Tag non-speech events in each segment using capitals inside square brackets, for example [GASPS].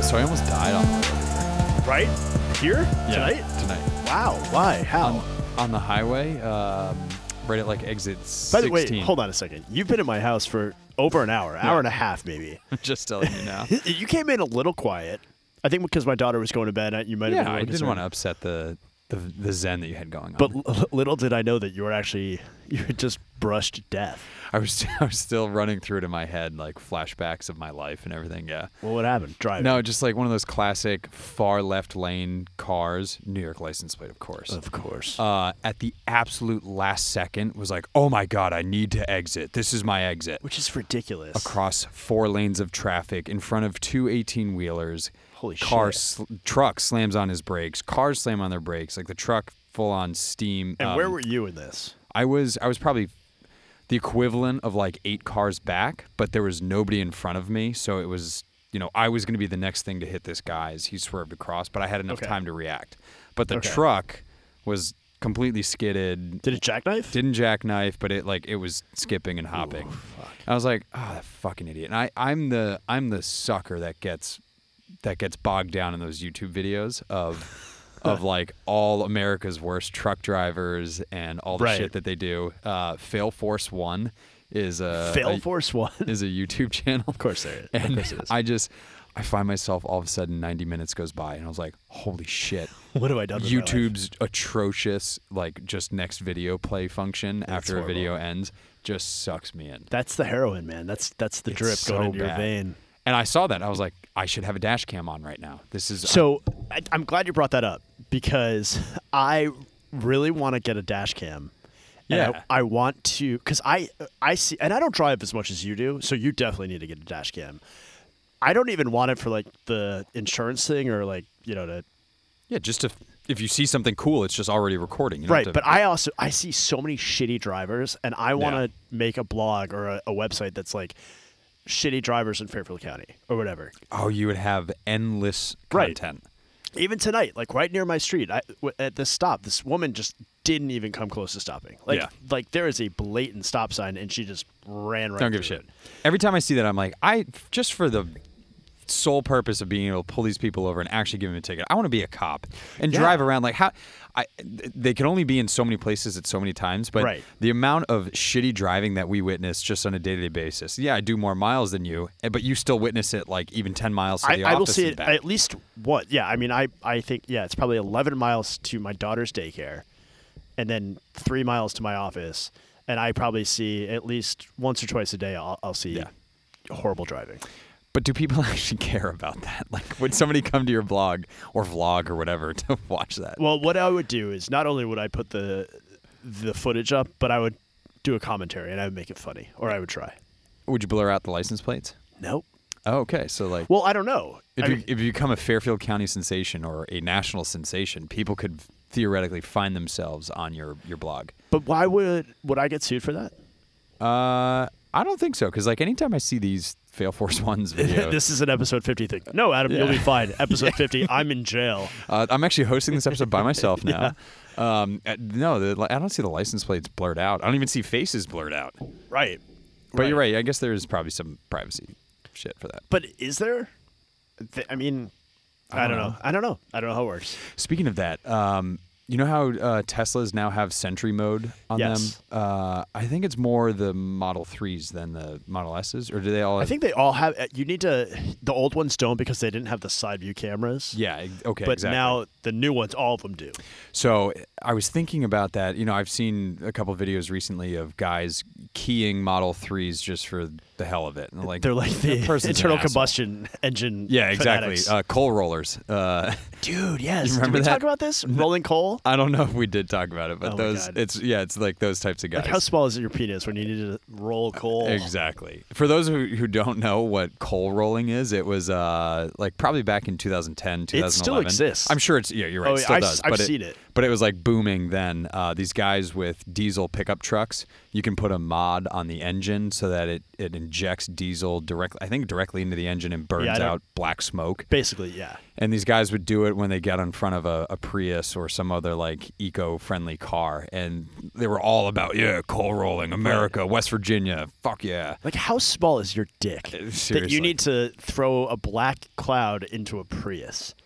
So Uh, I almost died on the way Right? Here? Tonight? tonight Wow. Why? How? on the highway, um, right at like exit By the sixteen. way, hold on a second. You've been at my house for over an hour, hour and a half maybe. [LAUGHS] [LAUGHS] Just telling you now. you came in a little quiet. I think because my daughter was going to bed, I- you might have been yeah, a I little didn't want to concerned. upset the, the the zen that you had going on. But l- little did I know that you were actually you had just brushed death. I was [LAUGHS] I was still running through it in my head like flashbacks of my life and everything. Yeah. Well, what happened? Driving. No, just like one of those classic far left lane cars, New York license plate, of course. of course. Uh, at the absolute last second, was like, oh my god, I need to exit. This is my exit. Which is ridiculous. Across four lanes of traffic in front of two 18 wheelers. Holy car shit. Sl- truck slams on his brakes. Cars slam on their brakes. Like the truck full on steam. and um, where were you in this? I was I was probably the equivalent of like eight cars back, but there was nobody in front of me, so it was you know I was going to be the next thing to hit this guy as he swerved across, but I had enough Okay. time to react. But the Okay. truck was completely skidded. Did it jackknife? Didn't jackknife, but it like it was skipping and hopping. I was like, oh, that fucking idiot. And I, I'm the I'm the sucker that gets that gets bogged down in those YouTube videos of [LAUGHS] of like all America's worst truck drivers and all the Right. shit that they do. Uh, Fail Force One is a Fail a- Force One. [LAUGHS] is a YouTube [LAUGHS] channel. Of course there is. Of uh, And course it is. I just I find myself all of a sudden 90 minutes goes by and I was like, holy shit. what have I done? With my life? YouTube's atrocious, like just next video play function after horrible. a video ends just sucks me in. That's the heroin, man. That's that's the drip so going into your bad. vein. And I saw that. I was like, I should have a dash cam on right now. This is So I, I'm glad you brought that up because [LAUGHS] I really want to get a dash cam. And Yeah. I, I want to because I I see and I don't drive as much as you do, so you definitely need to get a dash cam. I don't even want it for like the insurance thing or like you know to yeah, just if if you see something cool, it's just already recording. You don't right. have to- But I also I see so many shitty drivers, and I want to Yeah. make a blog or a, a website that's like shitty drivers in Fairfield County or whatever. oh, you would have endless Right. content. even tonight, like right near my street, I, w- at this stop, this woman just didn't even come close to stopping. Like, Yeah. like there is a blatant stop sign, and she just ran right. Don't give a through shit. it. Every time I see that, I'm like, I just for the sole purpose of being able to pull these people over and actually give them a ticket. I want to be a cop and Yeah. drive around like how I th- they can only be in so many places at so many times, but Right. the amount of shitty driving that we witness just on a day-to-day basis. Yeah, I do more miles than you, eh, but you still witness it like even 10 miles to the I, I office will see and it back. at least what? Yeah, I mean, I, I think yeah, it's probably eleven miles to my daughter's daycare, and then three miles to my office, and I probably see at least once or twice a day. I'll, I'll see Yeah. horrible driving. But do people [LAUGHS] actually care about that? [LAUGHS] Like would somebody come to your blog or vlog or whatever [LAUGHS] to watch that? Well, what I would do is not only would I put the the footage up, but I would do a commentary and I would make it funny, or I would try. Would you blur out the license plates? Nope. Oh, okay. So like Well, I don't know. If, I you, mean, if you become a Fairfield County sensation or a national sensation, people could theoretically find themselves on your, your blog. but why would would I get sued for [LAUGHS] that? Uh, I don't think so, because like anytime I see these Fail Force [LAUGHS] [LAUGHS] Ones videos, this is an episode fifty thing. No, Adam, you'll be Yeah. [LAUGHS] fine. Episode fifty. I'm in jail. uh, I'm actually hosting this episode by [LAUGHS] myself now. Um, uh, no, the, I don't see the license plates blurred out. I don't even see faces blurred out. Right. But you're right. I guess there is probably some privacy shit for that. But is there? Th- I mean, I, don't know. I don't know. I don't know how it works. Speaking of that, um, you know how uh, Teslas now have Sentry mode on Yes. them? Uh, I think it's more the Model 3s than the Model S's, or do they all I have think they all have. uh, You need to. The old ones don't because they didn't have the side view cameras. Yeah. ex- Okay. But exactly. now the new ones, all of them do. so I was thinking about that. You know, I've seen a couple videos recently of guys keying Model Threes just for the hell of it, and like They're like the [LAUGHS] that person's an internal asshole." combustion engine. Yeah, exactly. fanatics. Uh, coal rollers. Uh, [LAUGHS] Dude, yes. Did remember we that? talk about this? Rolling coal. I don't know if we did talk about it, but Oh my those. God. It's yeah, it's like those types of guys. Like how small is your penis when you need to roll coal? Exactly. For those who, who don't know what coal rolling is, it was uh, like probably back in 2010, 2011. It still exists. I'm sure it's yeah, you're right. Oh, it yeah, still I've- does. I've but seen it. But it was like booming then. Uh, these guys with diesel pickup trucks, you can put a mod on the engine so that it it injects diesel directly, I think directly into the engine and burns Yeah, I don't- out black smoke. Basically, yeah. And these guys would do it when they got in front of a, a Prius or some other like eco-friendly car, and they were all about yeah, coal rolling, America, West Virginia, fuck yeah. Like, how small is your dick that Eh, seriously. you need to throw a black cloud into a Prius?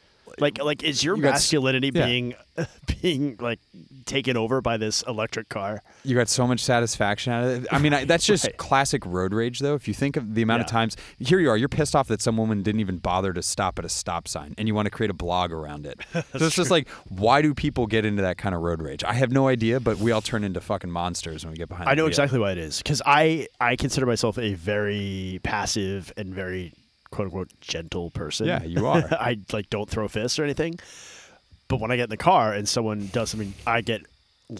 Like, like is your You got s- masculinity yeah. being [LAUGHS] being like taken over by this electric car? You got so much satisfaction out of it. I mean, I, that's just [LAUGHS] Right. classic road rage, though. If you think of the amount of Yeah. times here you are, you're pissed off that some woman didn't even bother to stop at a stop sign, and you want to create a blog around [LAUGHS] it. so it's just like, why do people get into that kind of road rage? I have no idea, but we all turn into fucking monsters when we get behind. I the know wheel. exactly why it is because I I consider myself a very passive and very quote unquote gentle person. Yeah, you are. [LAUGHS] I like don't throw fists or anything, but when I get in the car and someone does something, I get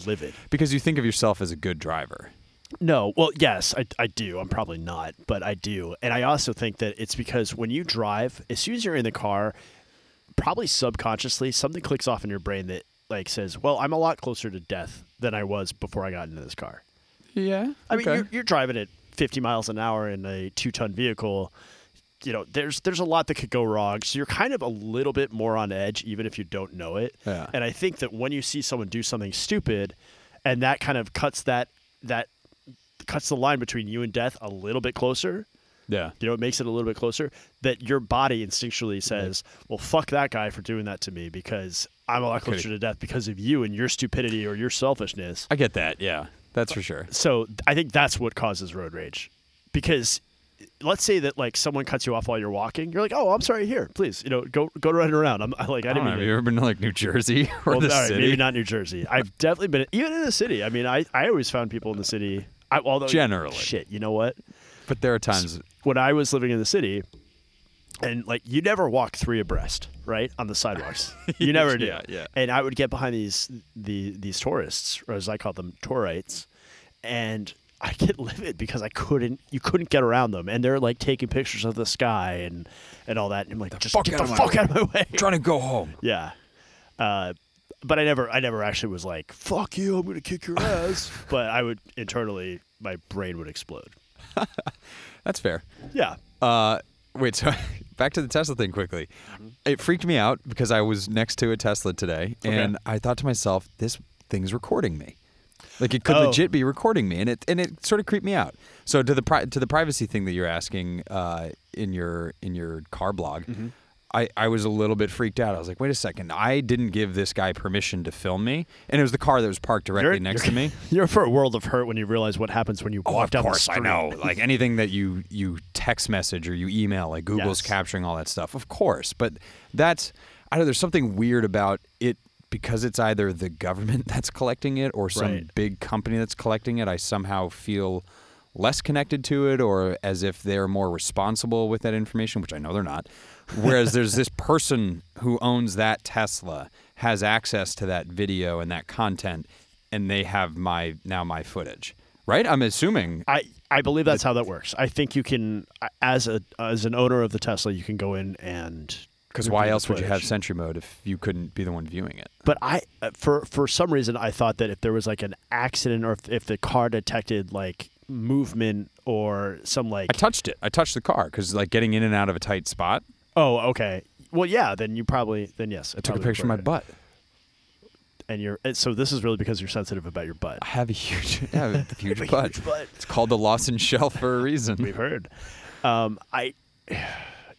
livid. because you think of yourself as a good driver. No, well, yes, I, I do. I'm probably not, but I do. And I also think that it's because when you drive, as soon as you're in the car, probably subconsciously, something clicks off in your brain that like says, "Well, I'm a lot closer to death than I was before I got into this car." Yeah, I mean, you're, you're driving at 50 miles an hour in a two-ton vehicle. You know, there's there's a lot that could go wrong. So you're kind of a little bit more on edge, even if you don't know it. Yeah. And I think that when you see someone do something stupid, and that kind of cuts that that cuts the line between you and death a little bit closer. yeah. You know, it makes it a little bit closer. That your body instinctually says, "Well, fuck that guy for doing that to me," because I'm a lot Coulda- closer to death because of you and your stupidity or your selfishness. I get that. Yeah, that's for sure. So th- I think that's what causes road rage, because let's say that like someone cuts you off while you're walking, you're like, "Oh, I'm sorry. Here, please, you know, go go running around." I'm I, like, I I don't know. didn't mean Have to- you ever been to like New Jersey [LAUGHS] or Well, the all right, city? maybe not New Jersey. I've definitely been even in the city. I mean, I I always found people in the city. I, although Generally. shit, you know what? But there are times. When I was living in the city. And like you never walk three abreast, right, on [LAUGHS] the sidewalks. You never do. Yeah, yeah. And I would get behind these the these tourists, or as I call them, tourites, and I get livid because I couldn't you couldn't get around them, and they're like taking pictures of the sky and and all that. And I'm like, just fuck get out of the my fuck way." out of my way. I'm trying to go home. [LAUGHS] Yeah. Uh, but I never, I never actually was like, "Fuck you, I'm gonna kick your [LAUGHS] ass." but I would internally, my brain would explode. That's fair. Yeah, Uh, wait, [LAUGHS] so back to the Tesla thing quickly. Mm-hmm. It freaked me out because I was next to a Tesla today and I thought to myself, this thing's recording me. Like it could Oh. legit be recording me, and it and it sort of creeped me out. So to the pri- to the privacy thing that you're asking uh, in your in your car blog, Mm-hmm. I, I was a little bit freaked out. I was like, wait a second, I didn't give this guy permission to film me, and it was the car that was parked directly You're- next you're- [LAUGHS] to me. [LAUGHS] you're for a world of hurt when you realize what happens when you Oh, walk of down course, the street. I know. Like anything that you you text message or you email, like Google's Yes. capturing all that stuff, of course. But that's I don't know. There's something weird about it because it's either the government [LAUGHS] that's collecting it or some Right. big company that's collecting it. I somehow feel less connected to it or as if they're more responsible with that information, which I know they're not. [LAUGHS] Whereas there's this person who owns that Tesla has access to that video and that content and they have my now my footage. Right? I'm assuming I, I believe that's how that works. I think you can, as a as an owner of the Tesla, you can go in and Because review why the else would you have footage. Sentry Mode if you couldn't be the one viewing it? But I, uh, for for some reason, I thought that if there was like an accident or if, if the car detected like movement or some like, I touched it. I touched the car because like getting in and out of a tight spot. oh, okay, well, yeah, then you probably then yes, I Took a picture of my butt. and you're and so this is really because you're sensitive about your butt. I have a huge, [LAUGHS] I [LAUGHS] have a huge Huge butt. butt. It's called the Lawson [LAUGHS] Shell for a reason. [LAUGHS] We've heard. Um, I,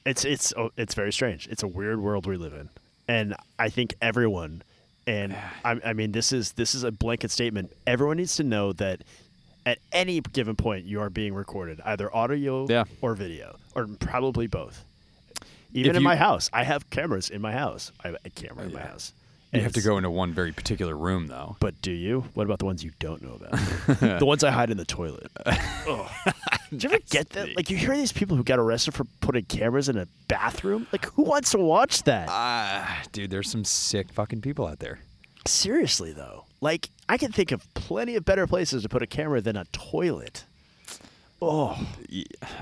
it's it's oh, it's very strange. It's a weird world we live in, and I think everyone, and I, I mean this is this is a blanket statement. Everyone needs to know that at any given point you are being recorded, either audio Yeah. or video, or probably both. Even If in you- my house, I have cameras in my house. I have a camera in my Yeah. house. You And have to it's- go into one very particular room though. But do you? What about the ones you don't know [LAUGHS] about? the ones I hide in the toilet. Oh. [LAUGHS] Ugh. Do you ever get that? Like you hear these people who got arrested for putting cameras in a bathroom. Like who wants to watch that? Ah, dude, there's some sick fucking people out there. Seriously though, like I can think of plenty of better places to put a camera than a toilet. Oh,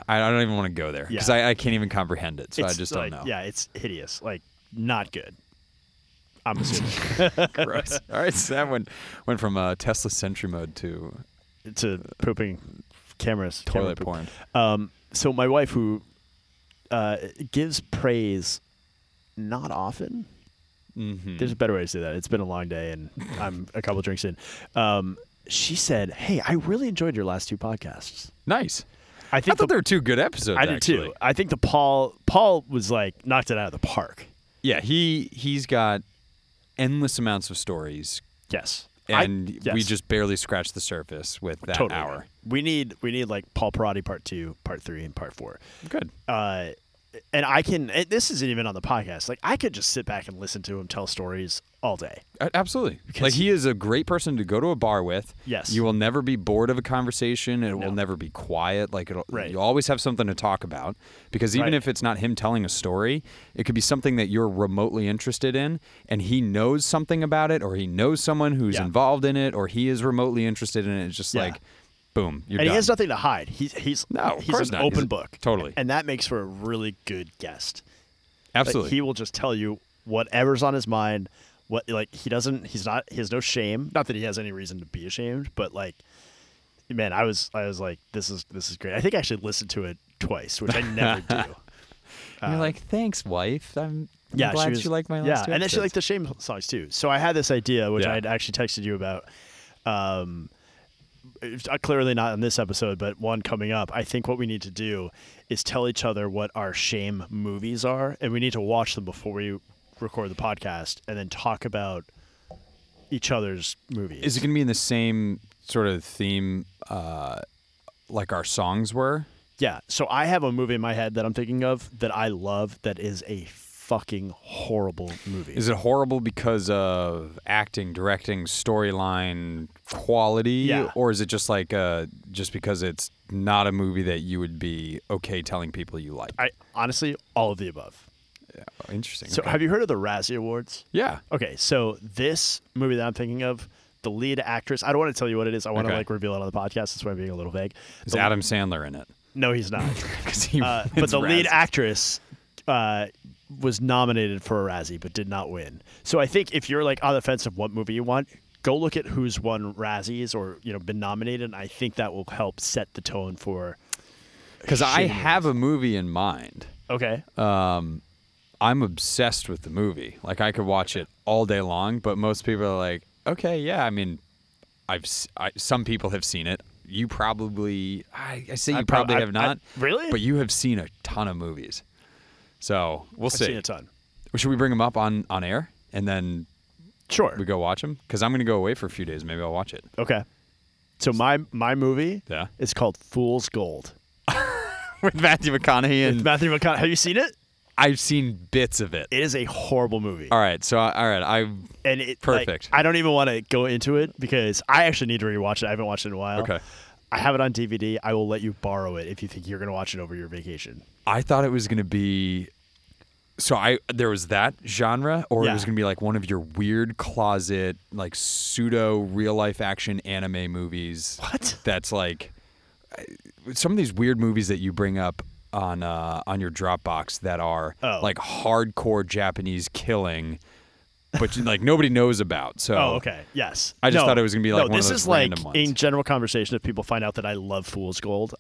I I don't even want to go there because Yeah. I, I can't even comprehend it. So I it's just like- don't know. Yeah, it's hideous. Like not good. I'm assuming [LAUGHS] [LAUGHS] [LAUGHS] Gross. All right, so that one went from uh, Tesla Sentry Mode to to pooping cameras. camera toilet poop. porn. Um, so my wife, who uh, gives praise not often, Mm-hmm. there's a better way to say that. It's been a long day, and I'm a couple drinks in. Um, she said, "Hey, I really enjoyed your last two podcasts. Nice. I I think thought the, there were two good episodes. I did actually. too. I think the Paul Paul was like knocked it out of the park. Yeah, he he's got endless amounts of stories, Yes, I- and we yes. just barely scratched the surface with that hour. We need we need like Paul Parati part two, part three, and part four. Good. Uh, and I can. And this isn't even on the podcast. Like I could just sit back and listen to him tell stories all day. A- Absolutely. Like he is a great person to go to a bar with. Yes. You will never be bored of a conversation. It will No. never be quiet. Like it'll, Right. you always have something to talk about because even Right. if it's not him telling a story, it could be something that you're remotely interested in and he knows something about it or he knows someone who's Yeah. involved in it or he is remotely interested in it. It's just Yeah. like boom, you're and done. he has nothing to hide. He's he's No, of he's course an not. open He's- book. totally. and that makes for a really good guest. Like, Absolutely. he will just tell you whatever's on his mind. What like he doesn't he's not he has no shame. Not that he has any reason to be ashamed, but like man, I was I was like this is this is great. I think I actually listened to it twice, which I [LAUGHS] never do. And you're like, thanks, wife. I'm, I'm uh, Yeah, glad she was, you like my last yeah, two and then she liked episodes." the shame songs too. So I had this idea, which Yeah. I had actually texted you about. Um, it's, uh, clearly not in this episode, but one coming up. I think what we need to do is tell each other what our shame movies are, and we need to watch them before we record the podcast, and then talk about each other's movies. Is it going to be in the same sort of theme uh, like our songs were? yeah. So I have a movie in my head that I'm thinking of that I love that is a fucking horrible movie. Is it horrible because of acting, directing, storyline, quality, Yeah. or is it just like uh, just because it's not a movie that you would be okay telling people you like? I honestly all of the above. Oh, interesting. So okay. have you heard of the Razzie Awards? yeah, Okay, so this movie that I'm thinking of, the lead actress, I don't want to tell you what it is. I want Okay. to like reveal it on the podcast. That's why I'm being a little vague. is The- Adam Sandler in it? [LAUGHS] No, he's not. 'Cause he Uh, but wins the lead Razzies. actress uh, was nominated for a Razzie but did not win. So I think if you're like on the fence of what movie you want, go look at who's won Razzies or you know been nominated. And I think that will help set the tone for. because I Shitty have a movie in mind. Okay. I'm obsessed with the movie. Like I could watch it all day long, but most people are like, "Okay, yeah, I mean, I've s- I, some people have seen it. You probably I, I say you I prob- probably I- have I- not. really? But you have seen a ton of movies. So, we'll I've see. seen a ton. Should we bring them up on on air and then Sure. we go watch them? Cuz I'm going to go away for a few days, maybe I'll watch [LAUGHS] it. Okay. So my my movie Yeah. is called Fool's Gold. With Matthew McConaughey and Matthew McConaughey. Have you seen it? I've seen bits of it. It is a horrible movie. All right, so I- all right, I And it like, perfect. I don't even want to go into it because I actually need to rewatch it. I haven't watched it in a while. Okay. I have it on DVD. I will let you borrow it if you think you're going to watch it over your vacation. I thought it was gonna be. So I there was that genre, or it Yeah. was gonna be like one of your weird closet, like pseudo real life action anime movies. What? That's like some of these weird movies that you bring up on uh, on your Dropbox that are Oh. like hardcore Japanese killing, but like nobody knows about. So Oh, okay. Yes. I just No. thought it was gonna be like No, one of this those is like random ones. in general conversation. If people find out that I love Fool's [LAUGHS] Gold,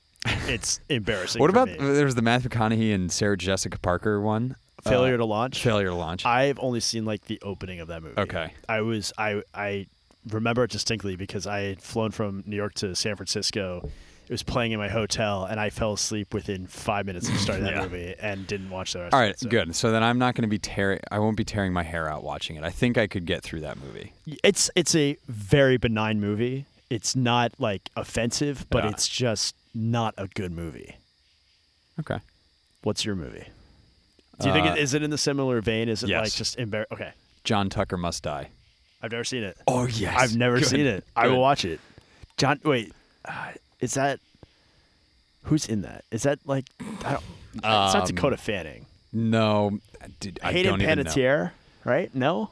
it's embarrassing. What for about me. there was the Matthew McConaughey and Sarah Jessica Parker one? Uh, failure to launch? failure to launch. I've only seen like the opening of that movie. Okay. I was I I remember it distinctly because I had flown from New York to San Francisco. It was playing in my hotel, and I fell asleep within five minutes of [LAUGHS] starting Yeah. that movie and didn't watch the rest. All of right, it, so. good. So then I'm not going to be tearing. I won't be tearing my hair out watching it. I think I could get through that movie. It's it's a very benign movie. It's not like offensive, but Yeah. it's just not a good movie. Okay. What's your movie? Do you think Uh, it, is it in the similar vein? Is it like yes. just embar? Okay, John Tucker must die. I've never seen it. Oh yes. I've never seen it. I Good. will watch it. John, wait, uh, is that who's in that? Is that like I don't, it's not Dakota Fanning? No, dude, Um, I Hayden don't even know. Panettiere, right? No,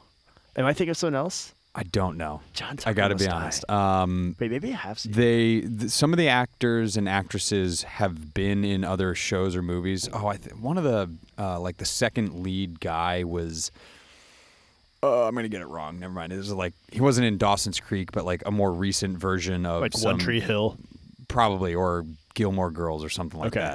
am I thinking of someone else? I don't know. John I Tucker got to be Must Die. honest. Um, Wait, maybe I have seen. they th- some of the actors and actresses have been in other shows or movies. Oh, I th- one of the uh, like the second lead guy was. Oh, I'm gonna get it wrong. Never mind. It was like he wasn't in Dawson's Creek, but like a more recent version of like some- One Tree Hill. probably or Gilmore Girls or something like Okay.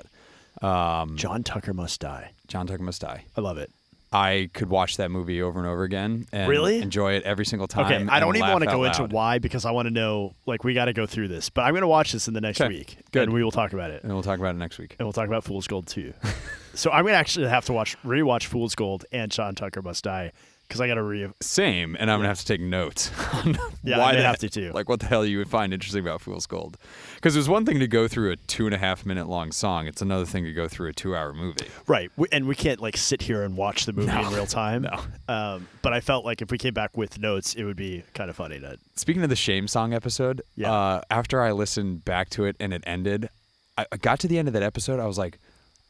that. Um, John Tucker Must Die. John Tucker Must Die. I love it. I could watch that movie over and over again and Really? enjoy it every single time. Okay, I and don't even laugh want to out go into loud. why because I want to know. Like, we got to go through this, but I'm going to watch this in the next Okay, week, good. and we will talk about it, and and we'll talk about it next week. we'll talk about Fool's Gold too. [LAUGHS] so I'm going to actually have to watch rewatch Fool's Gold and Sean Tucker Must Die because I got to re. Same, and I'm gonna have to take notes [LAUGHS] on Yeah, I why may the- have to too. Like what the hell you would find interesting about Fool's Gold? Because there's one thing to go through a two and a half minute long song. It's another thing to go through a two hour movie. Right, we, and we can't like sit here and watch the movie in real time. no. Um, but I felt like if we came back with notes, it would be kind of funny to. Speaking of the shame song episode, Yeah. uh, after I listened back to it and it ended, I, I got to the end of that episode. I was like,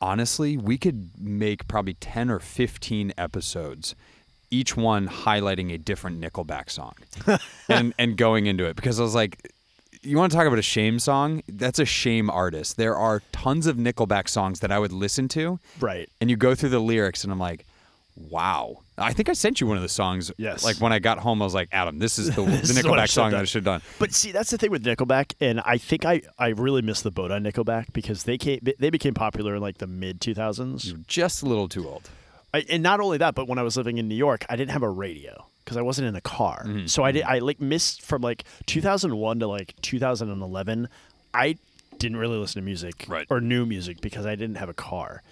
honestly, we could make probably ten or fifteen episodes, each one highlighting a different Nickelback song, and and going into it because I was like. You want to talk about a shame song? That's a shame artist. There are tons of Nickelback songs that I would listen to, Right. and you go through the lyrics, and I'm like, wow. I think I sent you one of the songs. Yes. Like when I got home, I was like, Adam, this [LAUGHS] is the, This the is what I Nickelback should've song that done. I should have done. But see, that's the thing with Nickelback, and I think I, I really missed the boat on Nickelback because they came they became popular in like the mid two thousands. Just a little too old. I, and not only that, but when I was living in New York, I didn't have a radio because I wasn't in a car. Mm-hmm. So I did I like missed from like 2001 to like 2011. I didn't really listen to music Right. or new music because I didn't have a car.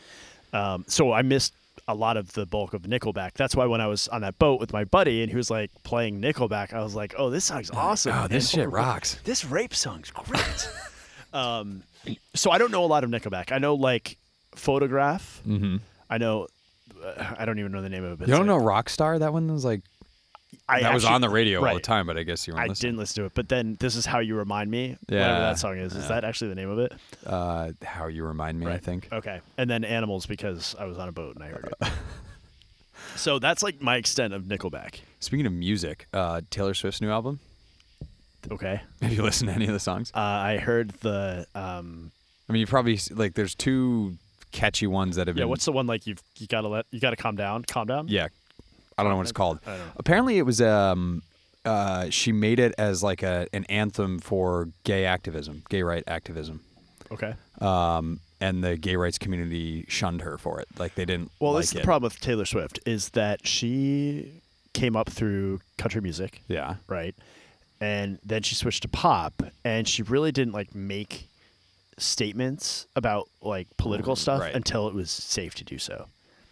Um, so I missed a lot of the bulk of Nickelback. That's why when I was on that boat with my buddy and he was like playing Nickelback, I was like, "Oh, this song's awesome! Oh, [LAUGHS] this man. shit rocks. This rape song's great." [LAUGHS] um, so I don't know a lot of Nickelback. I know like Photograph. Mm-hmm. I know. Uh, I don't even know the name of it. but You it's don't like- know Rockstar? That one was like, I that was actually- on the radio all the right. time, but I guess you I weren't listening. didn't listen to it, but then this is how you remind me. Whatever Yeah, that song is. Is that actually the name of it? Uh, how you remind me, I Right. Uh, think. Okay. And then animals because I was on a boat and I heard it. [LAUGHS] so that's like my extent of Nickelback. Speaking of music, uh, Taylor Swift's new album. [LAUGHS] Okay. Have you listened to any of the songs? Uh, I heard the um, I mean, you probably, s- like, there's two catchy ones that have yeah. been What's the one like? You've you gotta let you gotta calm down. Calm down. Yeah. I don't know what it's called. I don't know. Apparently it was um uh she made it as like a an anthem for gay activism, gay right activism. Okay. Um and the gay rights community shunned her for it. Like they didn't Well, like this is the it. problem with Taylor Swift is that she came up through country music. Yeah. right? And then she switched to pop, and she really didn't like make statements about like political stuff Mm, right. until it was safe to do so.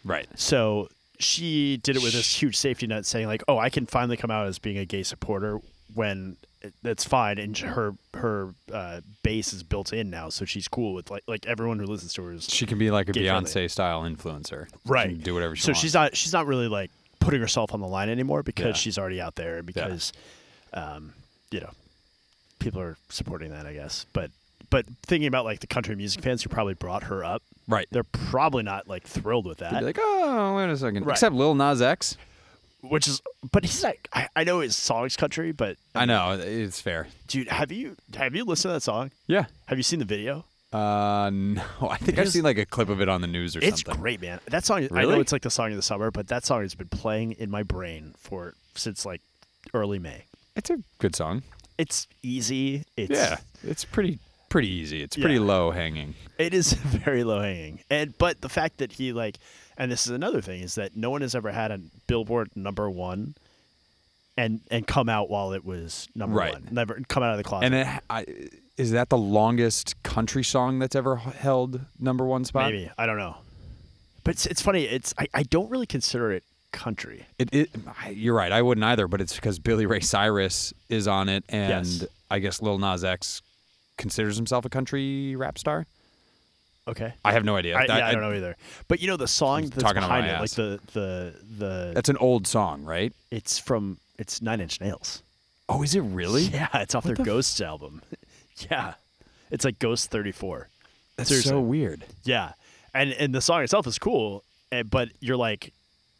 Right. So she did it with this huge safety net, saying like, "Oh, I can finally come out as being a gay supporter when it- that's fine." And her her uh, base is built in now, so she's cool with like like everyone who listens to her is She can be like a Gay Beyonce friendly. style influencer. She right can do whatever she so wants. she's not she's not really like putting herself on the line anymore because Yeah. she's already out there and because um you know people are supporting that i guess but but thinking about like the country music fans who probably brought her up right. they're probably not like thrilled with Be that like, oh, wait a second. Right. Except Lil Nas X. which is but he's like I, I know his songs country but I know it's fair. dude have you have you listened to that song Yeah. have you seen the video Uh, [LAUGHS] no, I think I've Because- seen like a clip of it on the news or it's something. great man that song i know Really? it's like the song of the summer but that song has been playing in my brain for since like early may It's a good song. it's easy. It's Yeah, it's pretty pretty easy. It's pretty Yeah. low hanging. it is [LAUGHS] very low hanging. And but the fact that he like and this is another thing is that no one has ever had a billboard number 1 and and come out while it was number Right. 1. Never come out of the closet. And it, I, is that the longest country song that's ever h- held number one spot? maybe, I don't know. But it's, it's funny, it's I, I don't really consider it country. It, it, I- you're right. I wouldn't either, but it's because Billy Ray Cyrus is on it, and Yes. I guess Lil Nas X considers himself a country rap star. Okay. I have no idea. I, That- yeah, I, don't know either. But you know the song that's talking out my behind it, ass. like the the the That's an old song, right? it's from it's 9 Inch Nails. Oh, is it really? Yeah, it's off their Ghosts album. [LAUGHS] yeah. It's like Ghost 34. That's Seriously. so weird. Yeah. And and the song itself is cool, eh, but you're like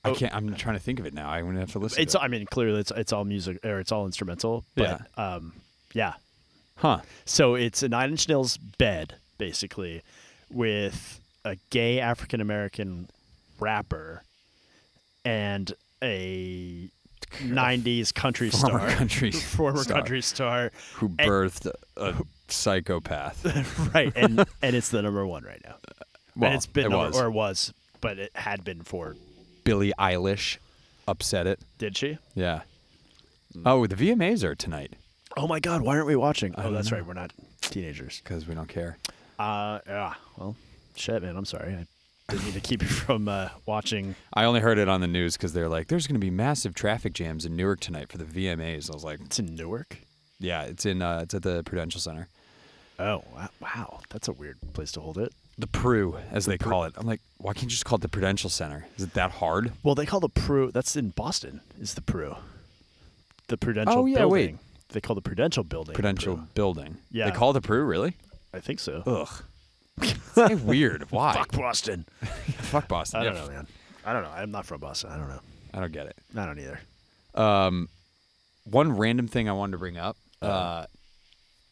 I can't. I'm trying to think of it now. I'm gonna have to listen. Oh. it's to it. I mean clearly it's it's all music or it's all instrumental, but um yeah. huh? So it's a 9-inch nails bed basically with a gay African American rapper and a 90s country Former star country [LAUGHS] former star country star who birthed a psychopath. right, and and it's the number one right now. Well, and it's been it number, was. or it was, but it had been for. Billie Eilish upset it. Did she? Yeah. Oh, the VMAs are tonight Oh my God! Why aren't we watching? Oh, don't that's know. right. We're not teenagers. because we don't care. Uh, yeah. Well, shit, man. I'm sorry. I didn't mean to keep you [LAUGHS] from uh, watching. I only heard it on the news because they're like, "There's going to be massive traffic jams in Newark tonight for the VMAs." I was like, It's in Newark. "Yeah, it's in uh, it's at the Prudential Center, Oh wow, wow, that's a weird place to hold it. the Pru, as they call it." I'm like, "Why can't you just call it the Prudential Center? Is it that hard?" Well, they call the Pru. That's in Boston. Is the Pru, the Prudential Oh, yeah, building. wait. They call the Prudential building. Prudential Pru. Building. Yeah. they call it the Pru, really? I think so. Ugh, It's [LAUGHS] weird. Why? Fuck Boston. Fuck Boston. I Yeah, don't know, man. I don't know. I'm not from Boston. I don't know. I don't get it. I don't either. one random thing I wanted to bring up. Uh,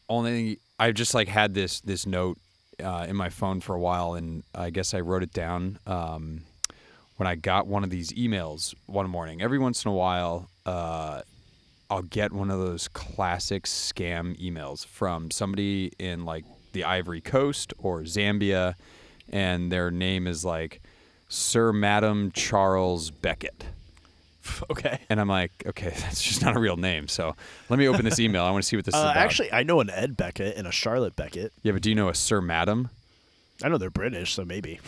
only I just like had this this note uh, in my phone for a while, and I guess I wrote it down um, when I got one of these emails one morning. Every once in a while, uh, I'll get one of those classic scam emails from somebody in like the Ivory Coast or Zambia, and their name is like Sir Madam Charles Beckett. Okay. And I'm like, [LAUGHS] okay, [LAUGHS] that's just not a real name. So let me open this email. I want to see what this is [LAUGHS] Uh, about. actually, I know an Ed Beckett and a Charlotte Beckett. yeah, but do you know a Sir Madam? I know they're British, so maybe.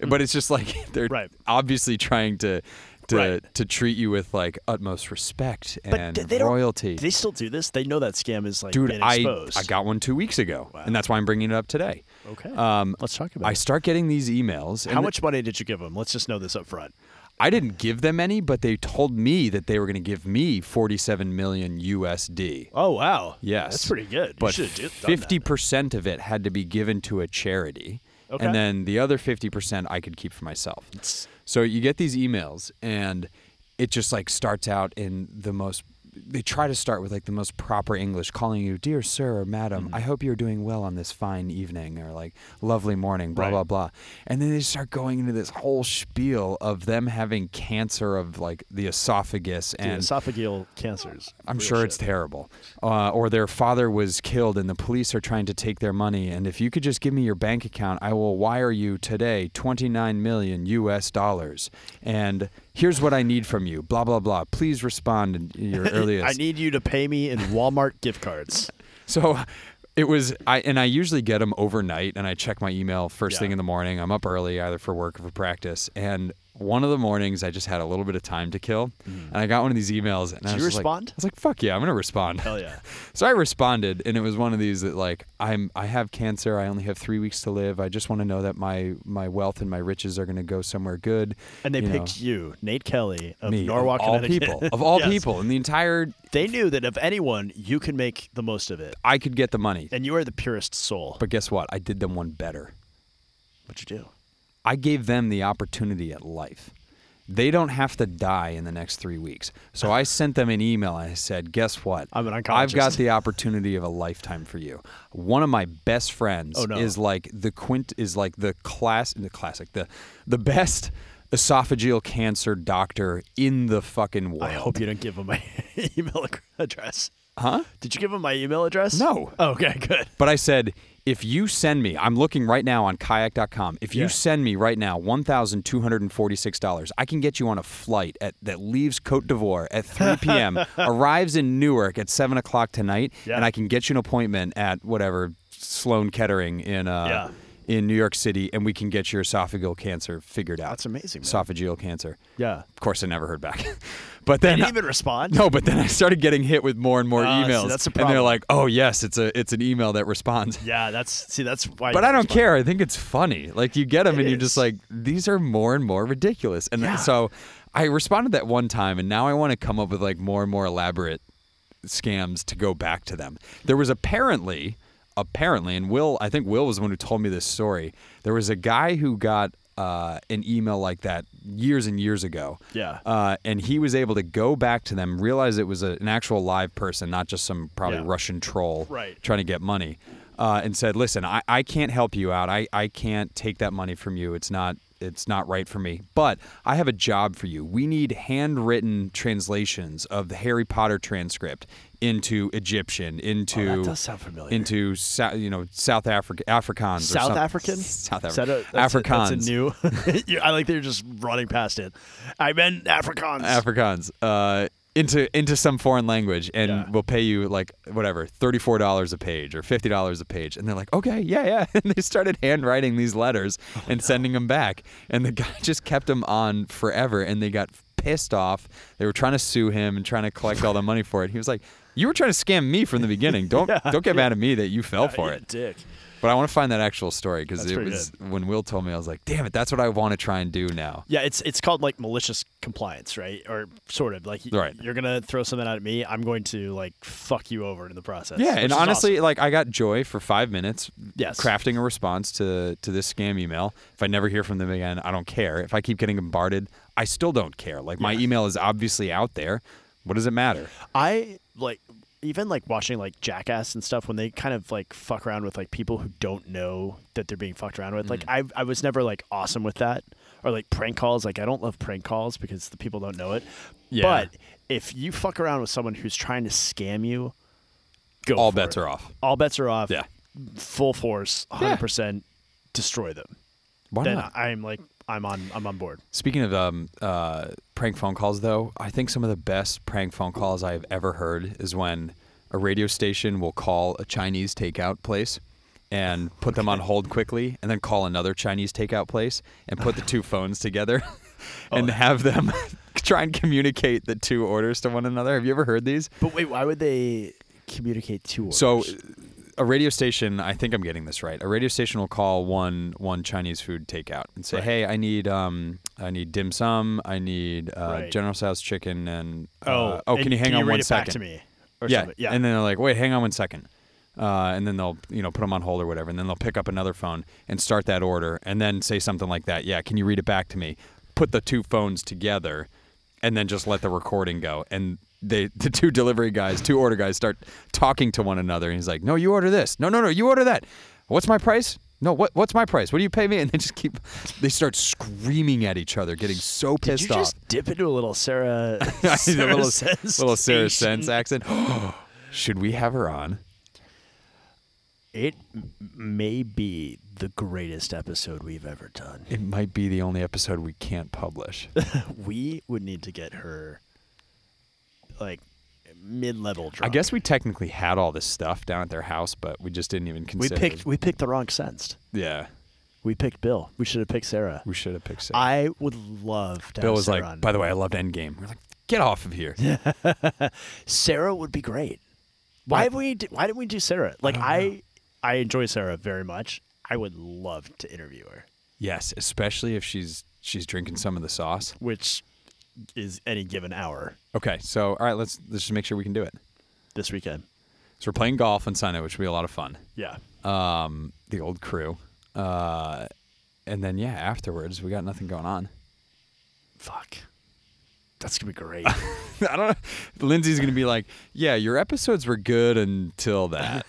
But it's just like [LAUGHS] they're Hmm. Right. obviously trying to to Right. to treat you with like utmost respect But and d- they don't. royalty. Do they still do this? They know that scam is like Dude, being I exposed. I got one two weeks ago, and that's why I'm bringing it up today. okay. Um, Let's talk about. I it. start getting these emails. And How much money did you give them? Let's just know this up front. I didn't give them any, but they told me that they were going to give me 47 million USD. Oh wow. Yes, That's pretty good. You But should've do- done that. fifty percent of it had to be given to a charity, Okay. and then the other fifty percent I could keep for myself. So you get these emails, and it just like starts out in the most. They try to start with like the most proper English, calling you, dear sir or Mm-hmm. madam. I hope you're doing well on this fine evening or like lovely morning, blah Right. blah blah. And then they start going into this whole spiel of them having cancer of like the esophagus Dude, and esophageal [LAUGHS] cancers. I'm Real sure shit. it's terrible. Uh, or their father was killed and the police are trying to take their money. And if you could just give me your bank account, I will wire you today 29 million US dollars. And here's what I need from you. Blah, blah, blah. Please respond in your earliest. [LAUGHS] I need you to pay me in Walmart gift cards. So it was I and I usually get them overnight and I check my email first Yeah. thing in the morning. I'm up early either for work or for practice and one of the mornings I just had a little bit of time to kill and I got one of these emails and I Mm-hmm. was Did you just like- respond? I was like, "Fuck yeah, I'm going to respond." Hell yeah. [LAUGHS] so I responded and it was one of these that like I'm I have cancer, I only have 3 weeks to live. I just want to know that my my wealth and my riches are going to go somewhere good. And they you know, picked you, Nate Kelly of me, Norwalk, of all Connecticut. people, [LAUGHS] of all Yes. people in the entire They knew that of anyone, you can make the most of it. I could get the money. And you are the purest soul. But guess what? I did them one better. What'd you do? I gave them the opportunity at life. They don't have to die in the next three weeks. So I sent them an email and I said, Guess what? I'm an I've got oncologist." the opportunity of a lifetime for you. One of my best friends Oh, no. is like the quint is like the class the classic, the the best esophageal cancer doctor in the fucking world. I hope you didn't give him my [LAUGHS] email ac- address. Huh? Did you give him my email address? Oh, No. Okay, good. But I said, if you send me, I'm looking right now on kayak.com. If you Yeah. send me right now $1,246, I can get you on a flight at, that leaves Cote d'Ivoire at [LAUGHS] 3 p.m., arrives in Newark at 7 o'clock tonight, Yeah. and I can get you an appointment at whatever, Sloan Kettering in. Uh, Yeah. In New York City, and we can get your esophageal cancer figured out. That's amazing, man. Esophageal cancer. Yeah. Of course, I never heard back. [LAUGHS] but then Didn't even respond. no, but then I started getting hit with more and more Ah, see, emails, that's the and they're problem. like, "Oh yes, it's a it's an email that responds." Yeah, that's see, that's why. But I don't care. I think it's funny. Like you get them, It and you're just is. like, "These are more and more ridiculous." And uh, Yeah. so I responded that one time, and now I want to come up with like more and more elaborate scams to go back to them. There was apparently, apparently, and Will, I think Will was the one who told me this story. There was a guy who got uh, an email like that years and years ago. Yeah. Uh, and he was able to go back to them, realize it was a, an actual live person, not just some probably Yeah. Russian troll Right. trying to get money, uh, and said, "Listen, I, I can't help you out. I, I can't take that money from you. It's not it's not right for me. But I have a job for you. We need handwritten translations of the Harry Potter transcript into Egyptian, into Oh, that does sound familiar. into Sou- you know South Africa Afrikaans, or South some- [LAUGHS] African? South Is that African, a- that's a- Afrikaans, that's a new. [LAUGHS] You- I like that you're just running past it. I meant Afrikaans. Afrikaans, uh, into into some foreign language, and Yeah. we'll pay you like whatever thirty four dollars a page or fifty dollars a page, and they're like, okay, yeah, yeah, [LAUGHS] and they started handwriting these letters and sending them back, and the guy [LAUGHS] just kept them on forever, and they got pissed off. They were trying to sue him and trying to collect all the money for it. He was like. You were trying to scam me from the beginning. [LAUGHS] Don't don't get mad at me that you fell for You it. dick. But I want to find that actual story because That's it pretty was when Will told me, I was like, damn it, that's what I want to try and do now. Yeah, it's it's called like malicious compliance, right? Or sort of like y- Right. you're gonna throw something out at me, I'm going to like fuck you over in the process. Yeah, which and is honestly, awesome. like I got joy for five minutes Yes. crafting a response to to this scam email. If I never hear from them again, I don't care. If I keep getting bombarded, I still don't care. Like my email is obviously out there. What does it matter? I like even like watching like Jackass and stuff when they kind of like fuck around with like people who don't know that they're being fucked around with. Like I Mm. I was never like awesome with that or like prank calls. Like I don't love prank calls because the people don't know it. Yeah. But if you fuck around with someone who's trying to scam you, go. All for bets it. are off. All bets are off. Yeah. Full force, hundred percent. Destroy them. Why Then not? I'm like I'm on I'm on board. Speaking of um, uh, prank phone calls, though, I think some of the best prank phone calls I have ever heard is when a radio station will call a Chinese takeout place and put them on hold quickly, and then call another Chinese takeout place and put the two phones together [LAUGHS] and have them try and communicate the two orders to one another. Have you ever heard these? But wait, why would they communicate to orders? So, a radio station. I think I'm getting this right. A radio station will call one one Chinese food takeout and say, "Hey, I need um, I need dim sum. I need uh, Right. General Tso's chicken and uh, Oh, oh, and can you hang on read one it back second? to me? Or yeah, something? yeah. And then they're like, "Wait, hang on one second. Uh, and then they'll you know put them on hold or whatever, and then they'll pick up another phone and start that order, and then say something like that. Yeah, can you read it back to me? Put the two phones together, and then just let the recording go. And they [LAUGHS] the two delivery guys, two order guys, start talking to one another, and he's like, "No, you order this. No, no, no, you order that. What's my price? No, what what's my price? What do you pay me?" And they just keep they start screaming at each other, getting so Did pissed you off. just dip into a little Sarah, [LAUGHS] I did Sarah a little, Sense little Sarah station? Sense accent. [GASPS] Should we have her on? It m- may be the greatest episode we've ever done. It might be the only episode we can't publish. [LAUGHS] We would need to get her, like, mid-level I drunk. guess we technically had all this stuff down at their house, but we just didn't even we consider. picked we picked the wrong sensed. Yeah, We picked Bill. We should have picked Sarah. we should have picked. Sarah. I would love to. Bill have was Sarah like, on. "By the way, I loved Endgame." We're like, "Get off of here!" Yeah, Sarah would be great. Why have we? d- Why didn't we do Sarah? Like I, I, enjoy Sarah very much. I would love to interview her, Yes, especially if she's she's drinking some of the sauce. which is any given hour Okay, so all right, let's let's just make sure we can do it. this weekend. So we're playing golf on Sunday, which will be a lot of fun. Yeah, Um, the old crew, uh, and then yeah, afterwards we got nothing going on. fuck, that's gonna be [LAUGHS] [LAUGHS] great. I don't know. Lindsay's gonna be like, "Yeah, your episodes were good until [LAUGHS] that."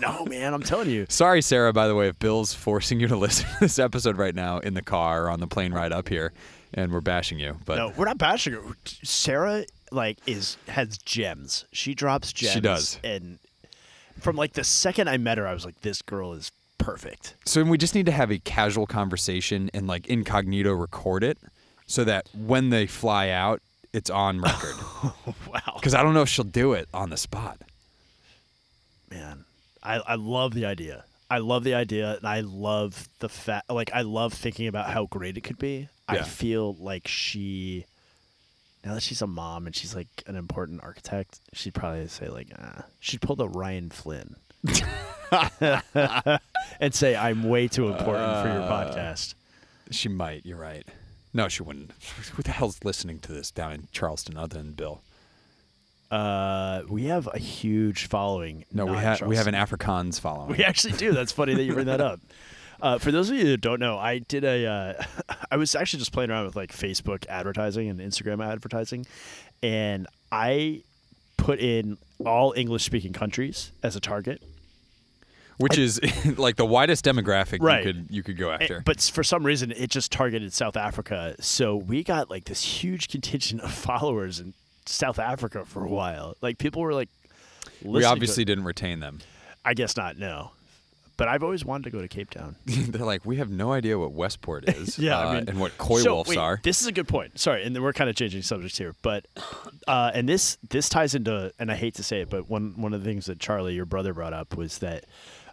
no, man, I'm telling you, Sorry, Sarah. By the way, if Bill's forcing you to [LAUGHS] listen to this episode right now in the car or on the plane ride up here, and we're bashing you, but [LAUGHS] no, we're not bashing her. Sarah like is has gems. She drops gems. does. And from like the second I met her, I was like, this girl is perfect. so we just need to have a casual conversation and like incognito record it, so that when they fly out, it's [LAUGHS] on record. Wow, Because I don't know if she'll do it on the spot. man I, I love the idea i love the idea and i love the fact like i love thinking about how great it could be i Yeah. feel like she now that she's a mom and she's like an important architect she'd probably say like uh, she'd pull the [LAUGHS] ryan flynn and say i'm way too important for your Uh. podcast She might. You're right. No, she wouldn't. [LAUGHS] Who the hell's listening to this down in Charleston other than Bill? uh, we have a huge following No, we not in have we have Charleston. an Afrikaans following. We actually do. That's funny that you bring [LAUGHS] that up. Uh, for those of you that don't know, I did a. Uh, [LAUGHS] I was actually just playing around with like Facebook advertising and Instagram advertising, and I put in all English speaking countries as a target. which is [LAUGHS] like the widest demographic Right. you could you could go And- after. Eh, but for some reason, it just targeted South Africa. So we got like this huge contingent of [LAUGHS] followers in South Africa for a while. Like people were like, listening we to it. obviously didn't retain them. [LAUGHS] I guess not. No, but I've always wanted to go to Cape Town. They're like, we have no idea what Westport is, [LAUGHS] Yeah, I uh, mean- and what coy so, wolves wait, are. This is a good point. Sorry, and then we're kind of changing subjects here, but uh, and this this ties into and I hate to say it, but one one of the things that Charlie, your brother, brought up was that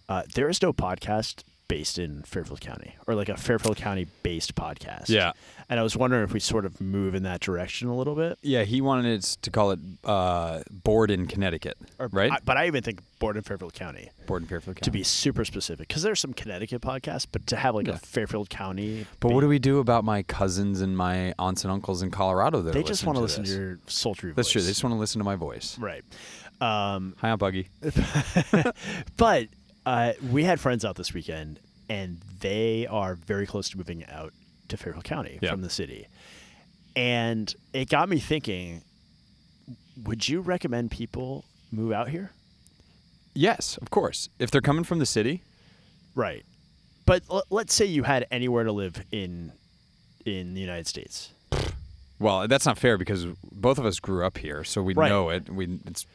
uh, there is no podcast based in Fairfield County or like a Fairfield County based podcast. Yeah. and I was wondering if we sort of move in that direction a little bit, yeah, he wanted us to call it uh, Board in Connecticut, or, right? I- but I even think Board in Fairfield County. Board in Fairfield County. To be super specific, because there's some Connecticut podcasts, but to have like Yeah. a Fairfield County, but what do we do about my cousins and my aunts and uncles in Colorado? That they are just listening want to listen this? to your sultry voice. That's true. They just want to listen to my voice. right. Um, Hi, Aunt Buggy. [LAUGHS] But uh, we had friends out this weekend, and they are very close to moving out to Fairfield County Yeah. from the city. And it got me thinking: Would you recommend people move out here? Yes, of course. If they're coming from the city, Right. But l- let's say you had anywhere to live in in the United States. well, that's not fair because both of us grew up here, so we Right. know it. We it's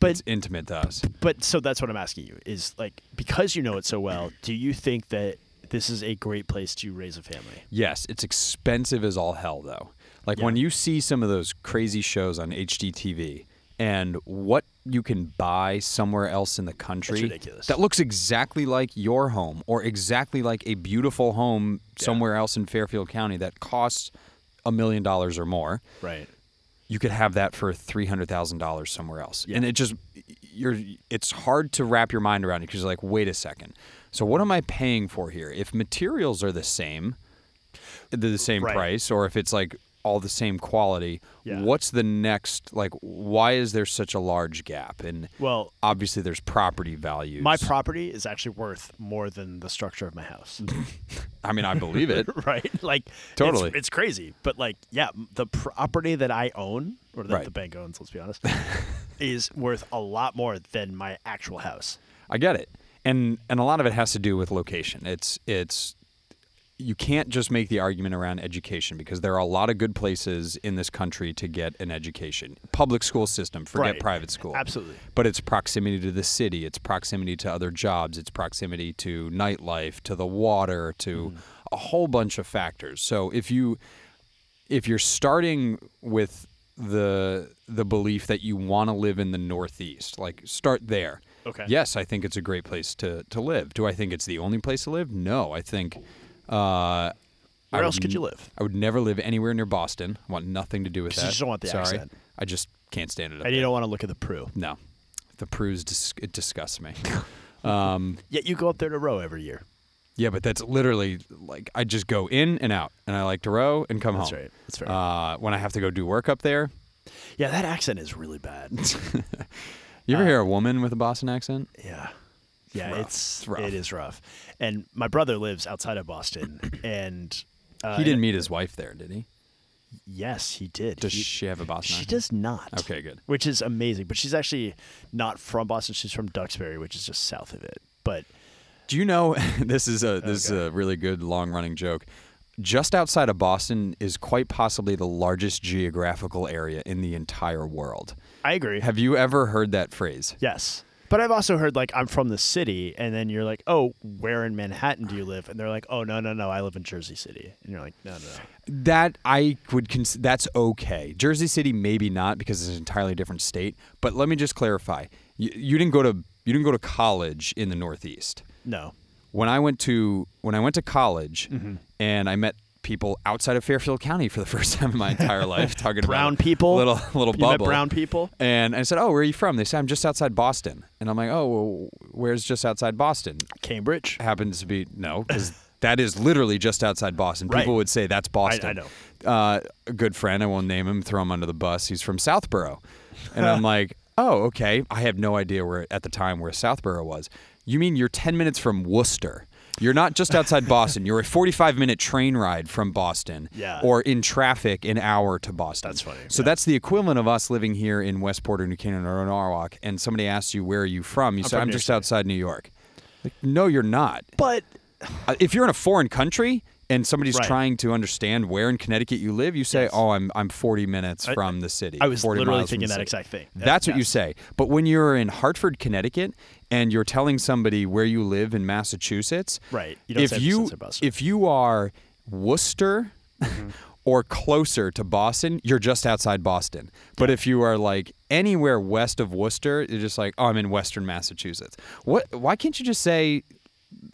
But- it's intimate to us. But so that's what I'm asking you: Is like because you know it so well, do you think that this is a great place to raise a family? Yes, it's expensive as all hell though. Like when you see some of those crazy shows on HGTV and what you can buy somewhere else in the country ridiculous. that looks exactly like your home or exactly like a beautiful home somewhere else in Fairfield County that costs a million dollars or more. Right. you could have that for three hundred thousand dollars somewhere else, Yeah. and it just you're it's hard to wrap your mind around it because you're like, wait a second, so what am I paying for here? If materials are the same, they're the same Right. price, or if it's like all the same quality, Yeah. what's the next like? Why is there such a large gap? And Well, obviously, there's property values. my property is actually worth more than the structure of my house. I mean, I believe it. [LAUGHS] right? Like it's- Mm-hmm. Totally. it's, crazy. But like, yeah, m- the property that I own or that Right. the bank owns, let's [LAUGHS] be honest, is worth a lot more than my actual house. I get it, and and a lot of it has to do with location. It's it's you can't just make the argument around education because there are a lot of good places in this country to get an education. Public school system, forget Right. private school, Absolutely. But it's proximity to the city, it's proximity to other jobs, it's proximity to nightlife, to the water, Mm-hmm. to a whole bunch of factors. So if you if you're starting with the the belief that you want to live in the Northeast, like start there. Okay. Yes, I think it's a great place to to live. Do I think it's the only place to live? No, I think. Uh, Where I else would could n- you live? I would never live anywhere near Boston. I want nothing to do with 'Cause that. you just don't want the Sorry. accent. I just can't stand it. Up And you there. don't want to look at the Prue. No, the Prue's dis- it disgusts [LAUGHS] me. Um, Yet you go up there to row every year. yeah, but that's literally like I just go in and out, and I like to row and come That's home. right. That's fair. Uh, when I have to go do work up there, yeah, that accent is [LAUGHS] really bad. you Uh, ever hear a woman with a Boston accent? Yeah. Yeah, rough. it's, It's rough. it is rough. And my brother lives outside of Boston and uh, He didn't meet his wife there, did he? Yes, he did. Does He- she have a Boston She accent? does not. Okay, good. Which is amazing. But she's actually not from Boston. She's from Duxbury, which is just south of it. But Do you know [LAUGHS] this is a this is a really good long running joke. Just outside of Boston is quite possibly the largest geographical area in the entire world. I agree. Have you ever heard that phrase? yes. But I've also heard, like, I'm from the city. And then you're like, oh, where in Manhattan do you live? And they're like, oh, no, no, no. I live in Jersey City. And you're like, no, no, no. That I would cons- that's okay. Jersey City maybe not because it's an entirely different state. But let me just clarify: you, you didn't go to you didn't go to college in the Northeast. No. when I went to when I went to college Mm-hmm. and I met people outside of Fairfield County for the [LAUGHS] first time in my entire [LAUGHS] life talking Brown about [LAUGHS] people? little little You met bubble brown people? and I said oh where are you from they said I'm just outside Boston and I'm like oh well, where's just outside Boston Cambridge? happens to be no [LAUGHS] because that is literally just outside Boston Right. people would say that's Boston I know. uh, a good friend I won't name him throw him under the bus he's from Southborough and [LAUGHS] I'm like oh okay I have no idea where at the time where Southborough was you mean you're 10 minutes from Worcester you're not just [LAUGHS] outside Boston. You're a 45 minute train ride from Boston, Yeah. or in traffic, an hour to Boston. That's funny, So yeah. that's the equivalent of us living here in Westport or New Canaan or Norwalk, and somebody asks you, Where are you from? You say, from I'm New just York City." outside New York. Like, no, you're not. But Uh, If you're in a foreign country and somebody's Right. trying to understand where in Connecticut you live, you say, Yes. "Oh, I'm I'm 40 minutes I- from the city." I was 40 literally miles from the thinking that city." exact thing. That's what you Yes. say. But when you're in Hartford, Connecticut, and you're telling somebody where you live in Massachusetts, Right. You don't if say you Massachusetts, Boston. if you are Worcester [LAUGHS] or closer to Boston, you're just outside Boston. But if you are like anywhere west of Worcester, you're just like, oh, I'm in Western Massachusetts. What? Why can't you just say?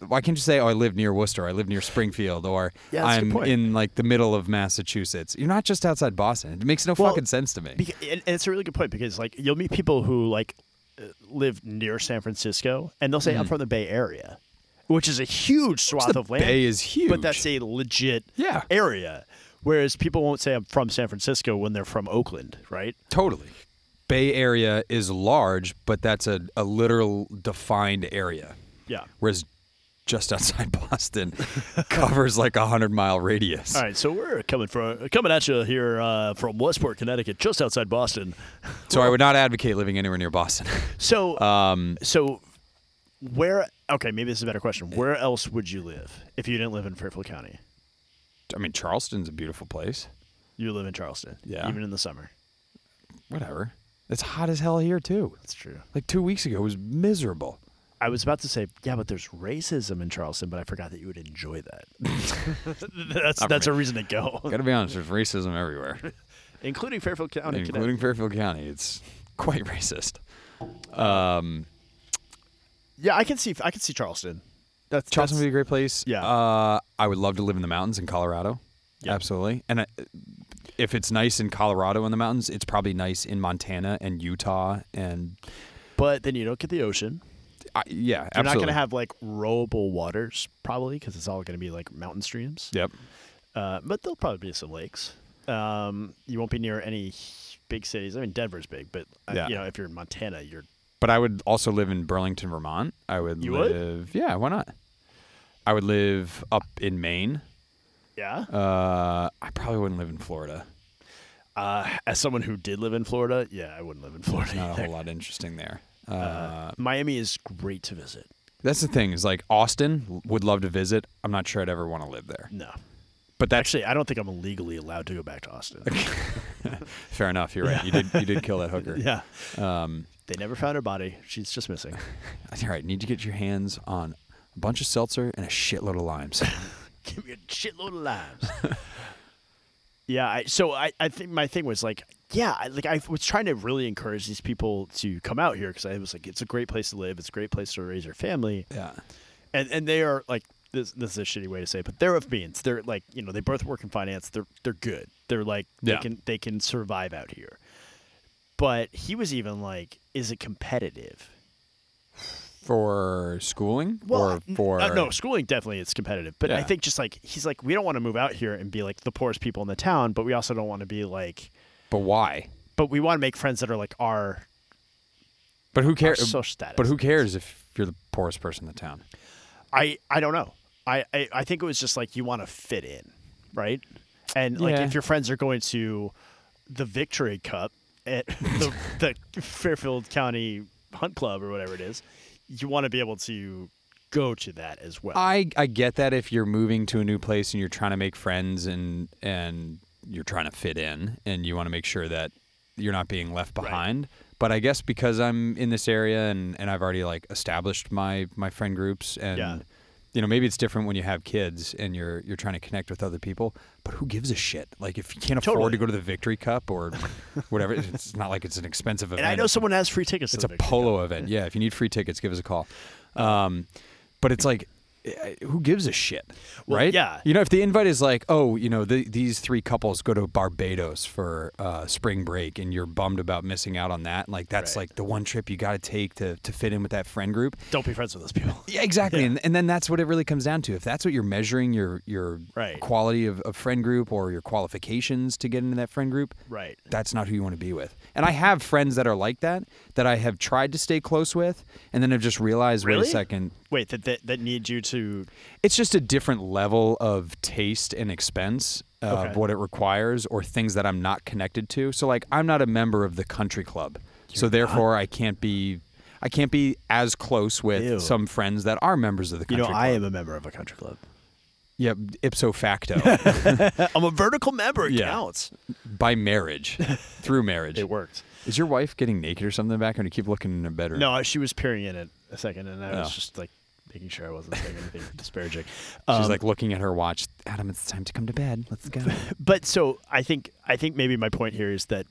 Why can't you say, "Oh, I live near Worcester. I live near Springfield," or Yeah, that's a good "I'm point. in like the middle of Massachusetts"? You're not just outside Boston. It makes no Well, fucking sense to me. Beca- and, and it's a really good point because like you'll meet people who like uh, live near San Francisco and they'll say I'm from the Bay Area, which is a huge swath Mm. the of land. Bay is huge. but that's a legit Yeah. area. Whereas people won't say I'm from San Francisco when they're from Oakland, right? Totally. Bay Area is large, but that's a, a literal defined area. Yeah. Whereas just outside [LAUGHS] [LAUGHS] Boston covers like a 100 mile radius. All right, so we're coming from coming at you here uh, from Westport, Connecticut, just outside Boston. So I would not advocate living anywhere near Boston. [LAUGHS] So, Um, so where? Okay, maybe this is a better question. Where else would you live if you didn't live in Fairfield County? I mean, Charleston's a beautiful place. You live in Charleston, Yeah. even in the summer. Whatever. It's hot as hell here, too. That's true. Like two weeks ago, it was miserable. I was about to say, yeah, but there's racism in Charleston, but I forgot that you would enjoy that. [LAUGHS] that's that's a reason to go, Gotta be honest, there's racism everywhere, including Fairfield County, Connecticut. including Fairfield County. [LAUGHS] It's quite racist. Yeah, I can see I can see Charleston. That's Charleston would be that's- a great place. Yeah. Uh, I would love to live in the mountains in Colorado. Yeah. Absolutely. And I, if it's nice in Colorado in the mountains, it's probably nice in Montana and Utah and but then you don't get the ocean. I, yeah, You're not absolutely. going to have like rowable waters probably because it's all going to be like mountain streams. Yep. Uh, but there'll probably be some lakes. Um, you won't be near any big cities. I mean, Denver's big, but uh, Yeah. you know, if you're in Montana, you're But I would also live in Burlington, Vermont. I would You would? live. Yeah, why not? I would live up in Maine. yeah. Uh, I probably wouldn't live in Florida. Uh, as someone who did live in Florida, yeah, I wouldn't live in Florida. Not a either. [LAUGHS] whole lot interesting there. Uh, Miami is great to visit. that's the thing is like Austin would love to visit. I'm not sure I'd ever want to live there. [LAUGHS] No. But that's Actually, I don't think I'm legally allowed to go back to Austin. Fair enough. You're right. You did. You did kill that hooker. [LAUGHS] yeah. Um, They never found her body. She's just missing. [LAUGHS] all right. Need to get your hands on a bunch of seltzer and a shitload of [LAUGHS] limes. Give me a shitload of lives. [LAUGHS] yeah. I, so I, I think my thing was like, yeah, I, like I was trying to really encourage these people to come out here because I was like, it's a great place to live. It's a great place to raise your family. yeah. And and they are like, this, this is a shitty way to say it, but they're of means. They're like, you know, they both work in finance. They're they're good. They're like, Yeah. they can they can survive out here. But he was even like, is it competitive? For schooling Well, or n- for uh, no schooling definitely it's competitive, but I Yeah. think just like he's like we don't want to move out here and be like the poorest people in the town, but we also don't want to be like, But why? but we want to make friends that are like our, But who our cares? social status. But who cares if you're the poorest person in the town? I I don't know. I I, I think it was just like you want to fit in, right? And like Yeah. if your friends are going to the Victory Cup at [LAUGHS] the, the Fairfield County Hunt Club or whatever it is, you want to be able to go to that as well. I I get that if you're moving to a new place and you're trying to make friends and and you're trying to fit in and you want to make sure that you're not being left behind. But I guess because I'm in this area and, and I've already like established my my friend groups and Yeah. you know maybe it's different when you have kids and you're you're trying to connect with other people. But who gives a shit? Like if you can't afford Totally. to go to the Victory Cup or whatever, it's not like it's an expensive event. and I know someone has free tickets. It's to a the Victory polo event. Yeah, if you need free tickets, give us a call. Um, but it's like, eh, who gives a shit, Well, right? yeah. You know, if the invite is like, oh, you know, the, these three couples go to Barbados for uh, spring break, and you're bummed about missing out on that, like that's Right. like the one trip you got to take to to fit in with that friend group. Don't be friends with those [LAUGHS] people. Yeah, exactly. And, and then that's what it really comes down to. If that's what you're measuring your your Right. quality of, of friend group or your qualifications to get into that friend group, Right. that's not who you want to be with. And I have friends that are like that that I have tried to stay close with, and then I've just realized, wait Really? a second, Wait, that that, that need you to it's just a different level of taste and expense of Okay. what it requires or things that I'm not connected to. So like I'm not a member of the country club. so therefore I can't be I I can't be as close with Ew. some friends that are members of the You country. know, I club. am a member of a country club. Uh, yeah, ipso facto [LAUGHS] I'm a vertical member. It Yeah. counts. by marriage, through marriage. It worked. Is your wife getting naked or something back, or do you keep looking in her bedroom? No, I- she was peering in at a second, and I Oh. was just like making sure I wasn't [LAUGHS] saying anything disparaging. she's Um, like looking at her watch. Adam, it's time to come to bed. Let's go. but so I think I think maybe my point here is that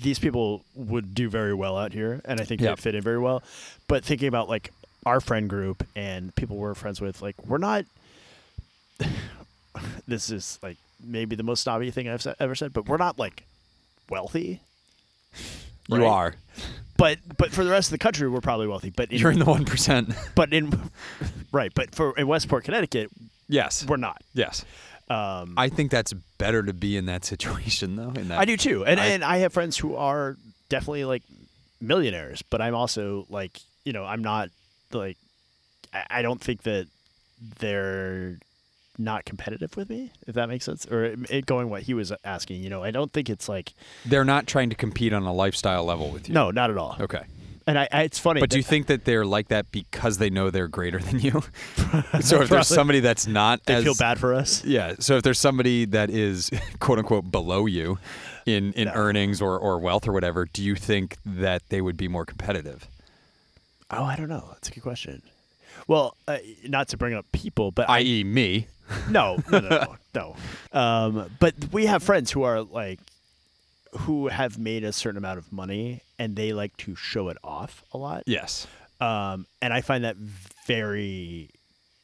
these people would do very well out here, and I think Yeah. they'd fit in very well. But thinking about like our friend group and people we're friends with, like we're not. [SIGHS] this is like maybe the most snobby thing I've se- ever said, but we're not like wealthy. [LAUGHS] You Right. are. But but for the rest of the country, we're probably wealthy. But in, You're in the one percent. but in [LAUGHS] right, but for in Westport, Connecticut, [LAUGHS] yes. we're not. yes. Um, I think that's better to be in that situation though. In that I do too, and I- and I have friends who are definitely like millionaires, but I'm also like you know I'm not like I, I don't think that they're not competitive with me, if that makes sense, or it, it going what he was asking. You know, I don't think it's like They're not trying to compete on a lifestyle level with you. no, not at all. Okay. And I, I it's funny, But do you that think that they're like that because they know they're greater than [LAUGHS] you? so if Probably. there's somebody that's not they as feel bad for us? Yeah. So if there's somebody that is [LAUGHS] quote unquote below you in, in No. earnings or, or wealth or whatever, do you think that they would be more competitive? Oh, I don't know. That's a good question. Well, uh, not to bring up people, but I I.e. me. No, no, no, no. no. Um, but we have friends who are like, who have made a certain amount of money and they like to show it off a lot. Yes. Um, and I find that very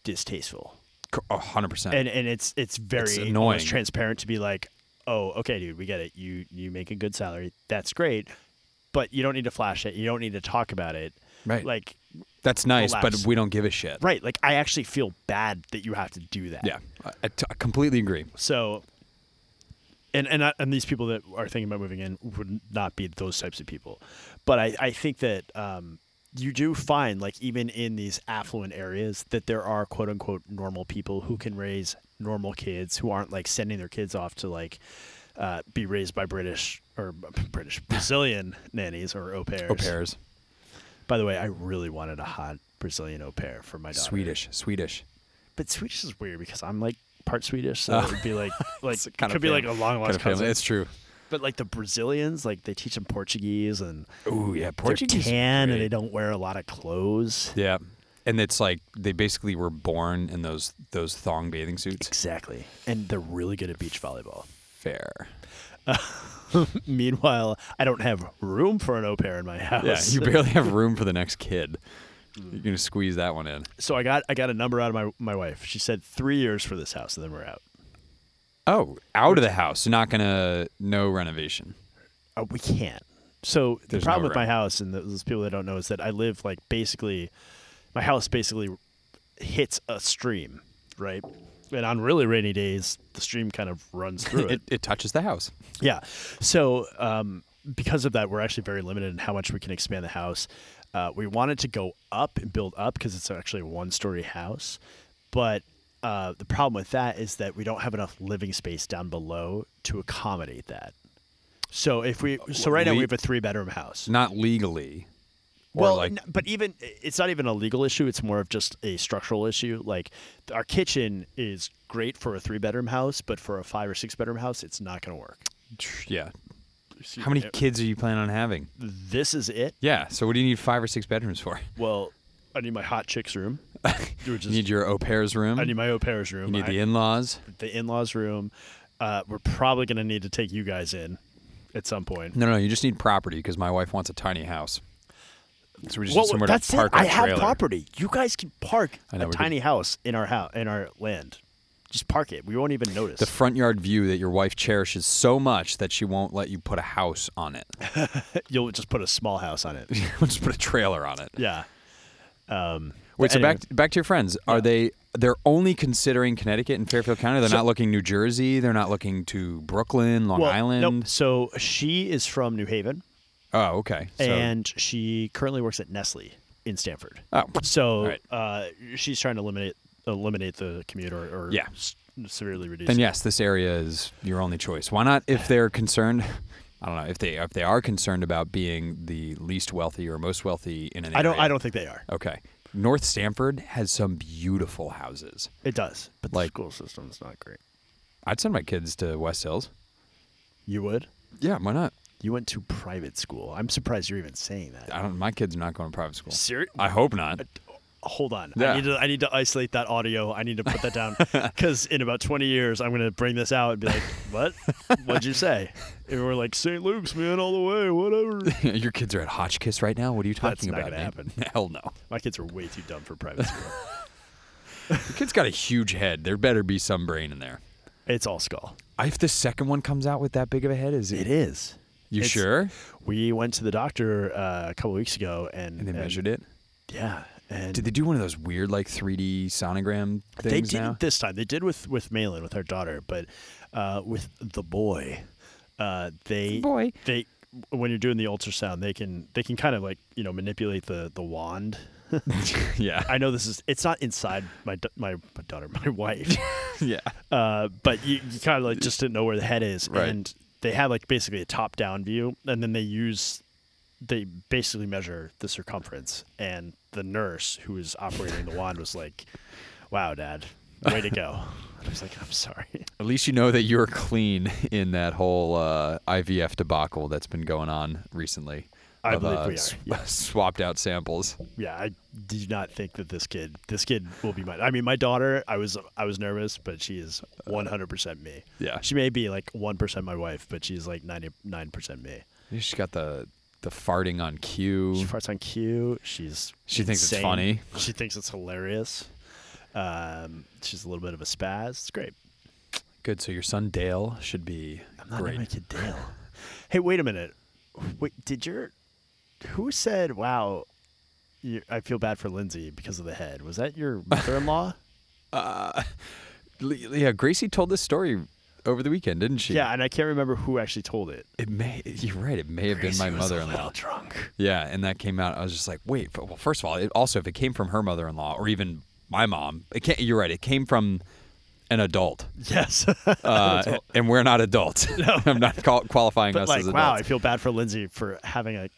distasteful. C- a hundred percent. And and it's it's very It's almost annoying. transparent to be like, oh, okay, dude, we get it. You you make a good salary. That's great, but you don't need to flash it. You don't need to talk about it. Right. Like That's nice, relax. but we don't give a shit. right. Like I actually feel bad that you have to do that. Yeah. I I t I completely agree. So, and and I, and these people that are thinking about moving in would not be those types of people, but I I think that um, you do find like even in these affluent areas that there are quote unquote normal people who can raise normal kids who aren't like sending their kids off to like uh, be raised by British or uh, British Brazilian nannies or au pairs. Au pairs. By the way, I really wanted a hot Brazilian au pair for my daughter. Swedish. Swedish. But Swedish is weird because I'm like part Swedish, so it would be [LAUGHS] like like Oh. It's kind could of be fam- like a long Kind lost of family. cousin. It's true. But like the Brazilians, like they teach them Portuguese and Ooh, yeah, Portuguese Portuguese. they're are tan and great. they don't wear a lot of clothes. Yeah, and it's like they basically were born in those those thong bathing suits. Exactly, and they're really good at beach volleyball. [LAUGHS] Fair. Meanwhile, I don't have room for an au pair in [LAUGHS] my Yeah, house. you barely have room for the next kid. Mm. You're gonna squeeze that one in. so I got I got a number out of my my wife. She said three years for this house, and then we're out. Oh, out of the house. Not gonna no renovation. [LAUGHS] Uh, we can't. So the There's problem no with my room. house, and those people that don't know, is that I live like basically, my house basically hits a stream, right? And on really rainy days, the stream kind of runs [LAUGHS] through it. It, it touches the house. Yeah. So um, because of that, we're actually very limited in how much we can expand the house. Uh, we wanted to go up and build up because it's actually a one-story house, but uh, the problem with that is that we don't have enough living space down below to accommodate that. So if we, so right now Uh, We- we have a three-bedroom house. Not legally. Or Well, like n- but even it's not even a legal issue. It's more of just a structural issue. Like our kitchen is great for a three-bedroom house, but for a five or six-bedroom house, it's not going to work. yeah. How e- many kids are you planning on having? This is it. Yeah. So what do you need five or six bedrooms for? [LAUGHS] Well, I need my hot chick's room. You were You just, need your au pair's room. I need my au pair's room. you need I- the in-laws. the in-laws room. Uh, we're probably going to need to take you guys in at some point. No, no, you just need property because my wife wants a tiny house. So we just Well, need somewhere that's to park it. our I have trailer. property. You guys can park I know, a we tiny house in our house in our land. Just park it. We won't even notice. The front yard view that your wife cherishes so much that she won't let you put a house on it. [LAUGHS] [LAUGHS] You'll just put a small house on it. We'll just put a trailer on it. yeah. Um, Wait, but so anyway, back back to your friends. Are they they're only considering Connecticut and Fairfield County? They're not looking New Jersey, they're not looking to Brooklyn, Long well, Island. Nope. So she is from New Haven, Oh, okay. So and she currently works at Nestle in Stanford. oh, So All right. uh, she's trying to eliminate eliminate the commute or, or Yeah. s- severely reduce. then it. yes, this area is your only choice. Why not if they're concerned [LAUGHS] I don't know if they if they are concerned about being the least wealthy or most wealthy in an I don't. area. I don't think they are. Okay. North Stamford has some beautiful houses. It does, but Like- the school system's not great. I'd send my kids to West Hills. You would? Yeah, why not? You went to private school. I'm surprised you're even saying that. I don't. My kids are not going to private school. Seri- I hope not. Hold on. Yeah. I need to. I need to isolate that audio. I need to put that [LAUGHS] down because in about 20 years, I'm gonna bring this out and be like, "What? What'd you say?" And we're like, "St. Luke's, man, all the way, [LAUGHS] whatever." Your kids are at Hotchkiss right now. What are you That's talking not about? gonna man? happen. [LAUGHS] Hell no. My kids are way too dumb for private school. The kid's got a huge head. There better be some brain in there. it's all skull. If the second one comes out with that big of a head, is it? It is. you it's- sure? We went to the doctor uh, a couple weeks ago, and, And they measured it. Yeah, and Did they do one of those weird like 3D sonogram things They didn't now? this time. They did with with Malin, with her daughter, but uh, with the boy, uh, [LAUGHS] they boy. they when you're doing the ultrasound, they can they can kind of like you know manipulate the the wand. [LAUGHS] yeah. I know this is it's not inside my da- my, my daughter, my [LAUGHS] wife, yeah. uh, but you, you kind of like just didn't know where the head is, Right. and they have like basically a top down view, and then they use they basically measure the circumference, and the nurse who was operating the wand was like, "Wow, Dad, way to go." And I was like, "I'm sorry." At least you know that you're clean in that whole uh, IVF debacle that's been going on recently. I of, believe uh, we are, sw- [LAUGHS] yes. swapped out samples. Yeah, I do not think that this kid, this kid will be my. I mean, my daughter, I was, I was nervous, but she is 100% me. yeah. she may be like 1% my wife, but she's like 99% me. She's got the the farting on cue. She farts on cue. She's She thinks it's insane. funny. She thinks it's hilarious. Um, she's a little bit of a spaz. It's great. Good. So your son Dale should be I'm not great. my kid Dale. hey, wait a minute. Wait, did your who said wow? You, I feel bad for Lindsay because of the head. Was [LAUGHS] that your mother-in-law? L- yeah, Gracie told this story over the weekend, didn't she? yeah, and I can't remember who actually told it. It may. You're right. It may have Gracie been my was a mother-in-law. little [LAUGHS] drunk. Yeah, and that came out. I was just like, wait. f- Well, first of all, it, also if it came from her mother-in-law or even my mom, it can't. You're right. It came from an adult, Yes. [LAUGHS] uh, and we're not adults. I'm not qual- qualifying but us like, as wow, adults. I feel bad for Lindsay for having a.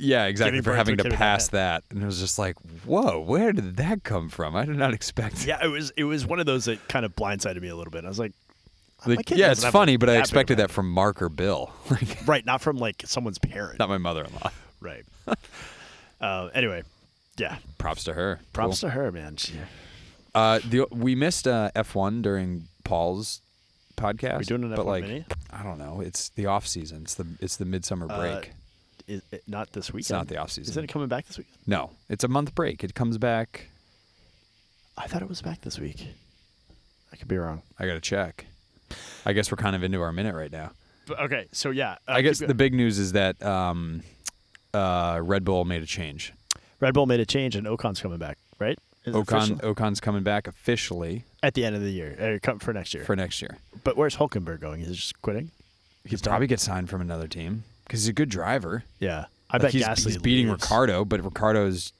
yeah, exactly. giving For birth having to a to kid with a pass head. that, and it was just like, whoa, where did that come from? I did not expect. Yeah, it was it was one of those that kind of blindsided me a little bit. I was like, Like, My kid yeah, doesn't it's have, funny, like, but I that big expected of a that from Mark or Bill, [LAUGHS] like right, not from like someone's parent. not my mother-in-law. Right. [LAUGHS] uh, anyway, yeah. Props to her. Props to her, man. She, Uh, the, we missed uh, F1 during Paul's podcast. We doing an but F1 like, mini? Uh, I don't know. It's the off season. It's the it's the midsummer break. is it not this weekend. not the off-season. Isn't it coming back this weekend? no, it's a month break. It comes back. I thought it was back this week. I could be wrong. I gotta check. I guess we're kind of into our minute right now. But, okay, so yeah, uh, I guess keep the big news is that um, uh, Red Bull made a change. Red Bull made a change and Ocon's coming back, right? Is it Ocon uh, official? Ocon's coming back officially at the end of the year, uh, come for next year. for next year. but where's Hulkenberg going? Is he just quitting? He probably gets signed from another team because he's a good driver. Yeah, I Like, bet he's, Gasly he's beating leaves. Ricardo, but Ricardo's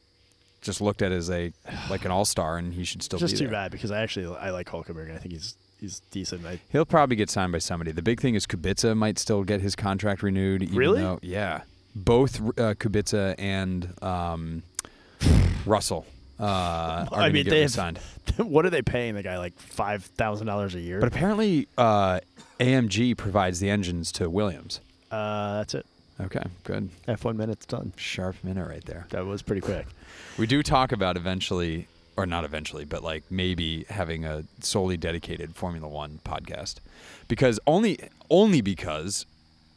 just looked at as a like an all star, and he should still Just be too there. bad because I actually I like Hulkenberg and I think he's he's decent. I, [LAUGHS] He'll probably get signed by somebody. The big thing is Kubica might still get his contract renewed. Even Really? Though, yeah. Both uh, Kubica and um, [SIGHS] Russell uh, are I going to mean, get they have- signed. what are they paying the guy like five thousand dollars a year? But apparently, uh, AMG provides the engines to Williams. uh, that's it. Okay, good. F one minute's done. Sharp minute right there. That was pretty quick. We do talk about eventually, or not eventually, but like maybe having a solely dedicated Formula One podcast, because only only because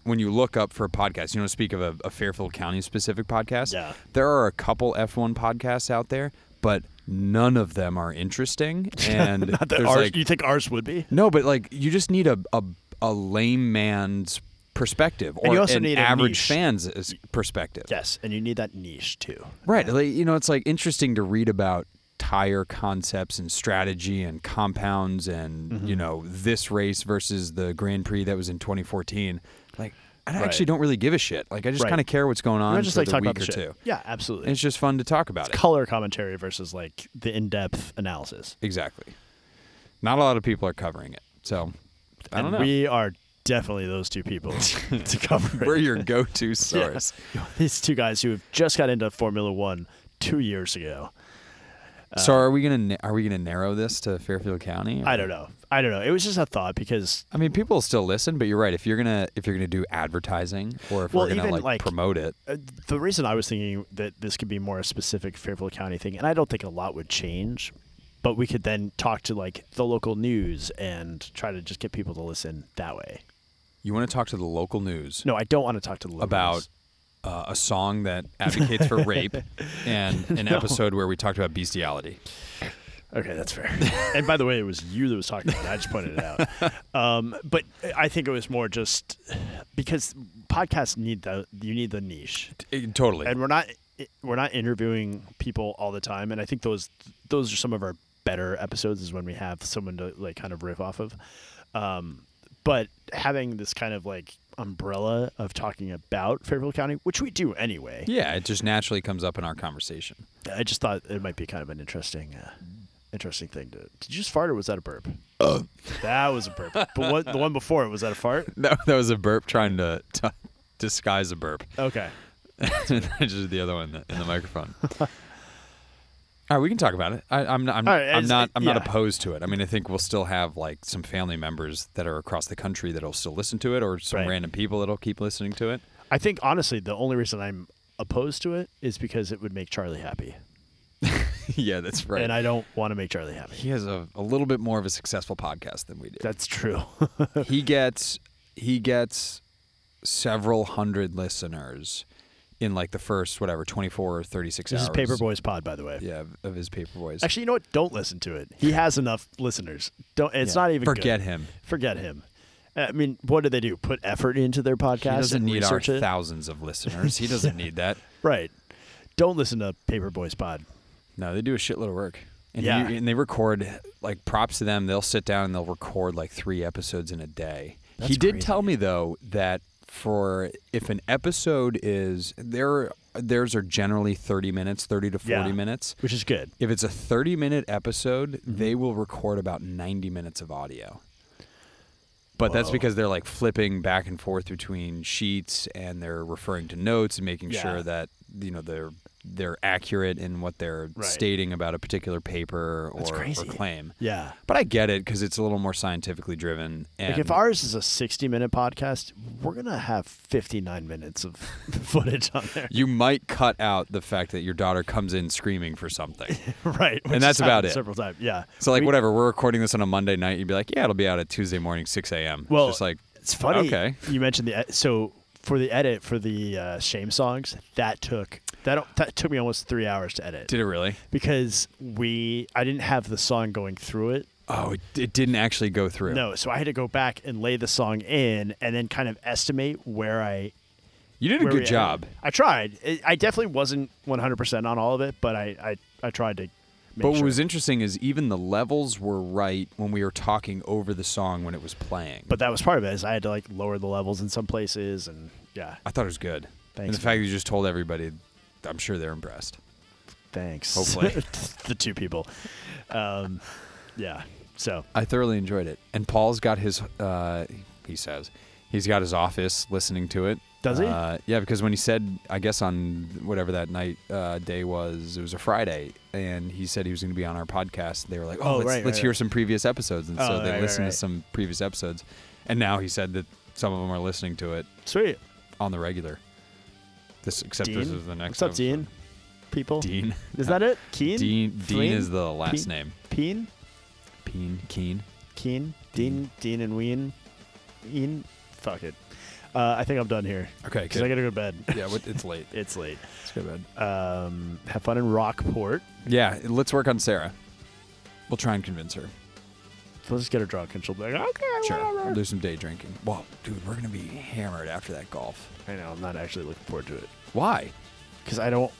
when you look up for a podcast, you don't speak of a, a Fairfield County specific podcast. Yeah. there are a couple F1 podcasts out there, but none of them are [LAUGHS] interesting. And Not that there's ours, e- like you think ours would be? no, but like you just need a a, a lame man's perspective or you also an need a average niche. fan's is- perspective. Yes, and you need that niche too. Right. Like, you know, it's like interesting to read about tire concepts and strategy and compounds and, Mm-hmm. you know, this race versus the Grand Prix that was in 2014. Like, I Right. actually don't really give a shit. Like, I just Right. kind of care what's going I on just for like the talk week about the or shit. two. Yeah, absolutely. And it's just fun to talk about it. color commentary versus like the in-depth analysis. exactly. Not a lot of people are covering it. So, I And don't know. We are definitely those two people to cover [LAUGHS] it. We're your go-to source. [LAUGHS] Yeah. These two guys who have just got into Formula One two years ago. Uh, So are we gonna na- are we gonna narrow this to Fairfield County? or- I don't know. I don't know. It was just a thought because I mean, people still listen, but you're right. If you're gonna if you're gonna do advertising or if Well, we're gonna even, like, like- promote it, uh, the reason I was thinking that this could be more a specific Fairfield County thing, and I don't think a lot would change, but we could then talk to like the local news and try to just get people to listen that way. you want to talk to the local news No, I don't want to talk to the local about news. uh, a song that advocates for [LAUGHS] rape and an episode where we talked about bestiality. Okay, that's fair. [LAUGHS] and by the way, it was you that was talking about it. I just pointed it out. Um, but I think it was more just because podcasts need the you need the niche, It- eh, totally. and we're not eh, we're not interviewing people all the time. And I think those those are some of our better episodes is when we have someone to like kind of riff off of. Um, but having this kind of like umbrella of talking about Fairfield County, which we do anyway, yeah, it just naturally comes up in our conversation. [LAUGHS] I just thought it might be kind of an interesting, uh, interesting thing to. Did you just fart or was that a burp? That was a burp. But what the one before it was that a fart? That, that was a burp trying to, to disguise a burp. Okay. [LAUGHS] and I just did the other one in the, in the microphone. All right, we can talk about it. I, I'm not. I'm, All right, I'm it's- not. I'm yeah. not opposed to it. I mean, I think we'll still have like some family members that are across the country that'll still listen to it, or some Right. random people that'll keep listening to it. [LAUGHS] I think honestly, the only reason I'm opposed to it is because it would make Charlie happy, yeah, that's right. and I don't want to make Charlie happy. he has a, a little bit more of a successful podcast than we do. That's true. [LAUGHS] he gets he gets several hundred listeners in like the first whatever 24 or 36 this hours. is Paperboy's pod, by the way. Yeah, of his paper voice. Actually, you know what? Don't listen to it. He has enough listeners. Don't. It's not even. good. forget him. Forget him. Uh, I mean, what do they do? Put effort into their podcast He doesn't and need our research it. thousands of listeners. He [LAUGHS] doesn't need that. Right. Don't listen to Paperboy's pod. No, they do a shitload of work. And, Yeah. you- and they record, like, props to them. They'll sit down and they'll record like three episodes in a day. he That's did crazy. tell me though that for if an episode is there, theirs are generally thirty minutes, thirty to forty Yeah. minutes. which is good. If it's a thirty-minute episode, Mm-hmm. they will record about ninety minutes of audio. But that's Whoa. because they're like flipping back and forth between sheets and they're referring to notes and making Yeah. sure that you know they're they're accurate in what they're Right. stating about a particular paper or, That's or crazy. claim. Yeah. But I get it because it's a little more scientifically driven. And Like if ours is a 60 minute podcast, we're going to have 59 minutes of [LAUGHS] footage on there. you might cut out the fact that your daughter comes in screaming for [LAUGHS] something. [LAUGHS] right. which And that's has about happened it. Several times. Yeah. So like We- whatever, we're recording this on a Monday night. You'd be like, yeah, it'll be out at Tuesday morning, six a.m. Well, it's just like it's funny. Okay, You mentioned the, e- so for the edit for the uh, shame songs, that took, that, that took me almost three hours to edit did it really? because we, I didn't have the song going through it. Oh, it, it didn't actually go through. No. So I had to go back and lay the song in and then kind of estimate where I you did a where we good ended. job. I tried. I- I definitely wasn't 100% on all of it, but I I, I tried to. Make But what sure. was interesting is even the levels were right when we were talking over the song when it was playing. but that was part of it. Is I had to like lower the levels in some places, and yeah. I thought it was good. and Thanks, the fact that you just told everybody, I'm sure they're impressed. Thanks. [LAUGHS] Hopefully. the two people. Um, yeah. So I thoroughly enjoyed it. And Paul's got his, uh, he says, he's got his office listening to it. Does he? Uh, yeah, because when he said, I guess on whatever that night uh, day was, it was a Friday, and he said he was going to be on our podcast. They were like, "Oh, Oh, let's, right, let's right, hear right. some previous episodes," and so Oh, they right, right, listened right. to some previous episodes. And now he said that some of them are listening to it sweet. on the regular. This except Dean, this is the next. What's up, episode. Dean? People. Dean. Is that it? Keen. Dean. Dean Flynn? is the last Peen? name. Peen. Peen. Keen. Keen. Dean. Dean and Ween. Ian. Fuck it. Uh, I think I'm done here. Okay, Because I gotta go to bed. [LAUGHS] yeah, what- it's late. it's late. It's good, bud. Um, have fun in Rockport. Yeah, let's work on Sarah. We'll try and convince her. Let's get her drunk and she'll be like, okay, Sure. We'll whatever. do some day drinking. Well, dude, we're gonna be hammered after that golf. I know. I'm not actually looking forward to it Why? because I don't.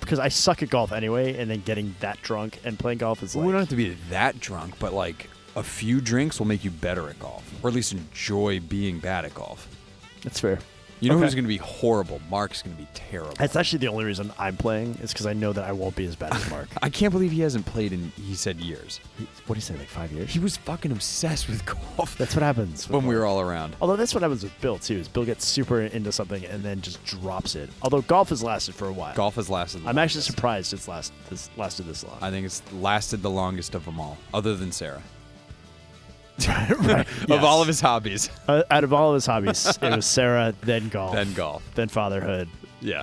Because I suck at golf anyway, and then getting that drunk and playing golf is like. we don't have to be that drunk, but like a few drinks will make you better at golf, or at least enjoy being bad at golf. that's fair. You know Okay. who's going to be horrible? Mark's going to be terrible. That's actually the only reason I'm playing is because I know that I won't be as bad as Mark. I can't believe he hasn't played in, he said, years. [LAUGHS] what do you say, like five years? He was fucking obsessed with [LAUGHS] golf That's what happens when we were. were all around. Although that's what happens with Bill too. Is Bill gets super into something and then just drops it. Although golf has lasted for a while. Golf has lasted. the I'm actually longest. surprised it's last this lasted this long. I think it's lasted the longest of them all, other than Sarah. [LAUGHS] Right, yes. [LAUGHS] Of all of his hobbies, Uh, out of all of his hobbies, it was Sarah, then golf, then golf. then fatherhood. Yeah.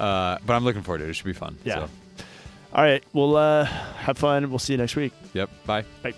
Uh, but I'm looking forward to it. It should be fun. Yeah. So, All right. Well, uh, have fun. We'll see you next week. yep. Bye. Bye.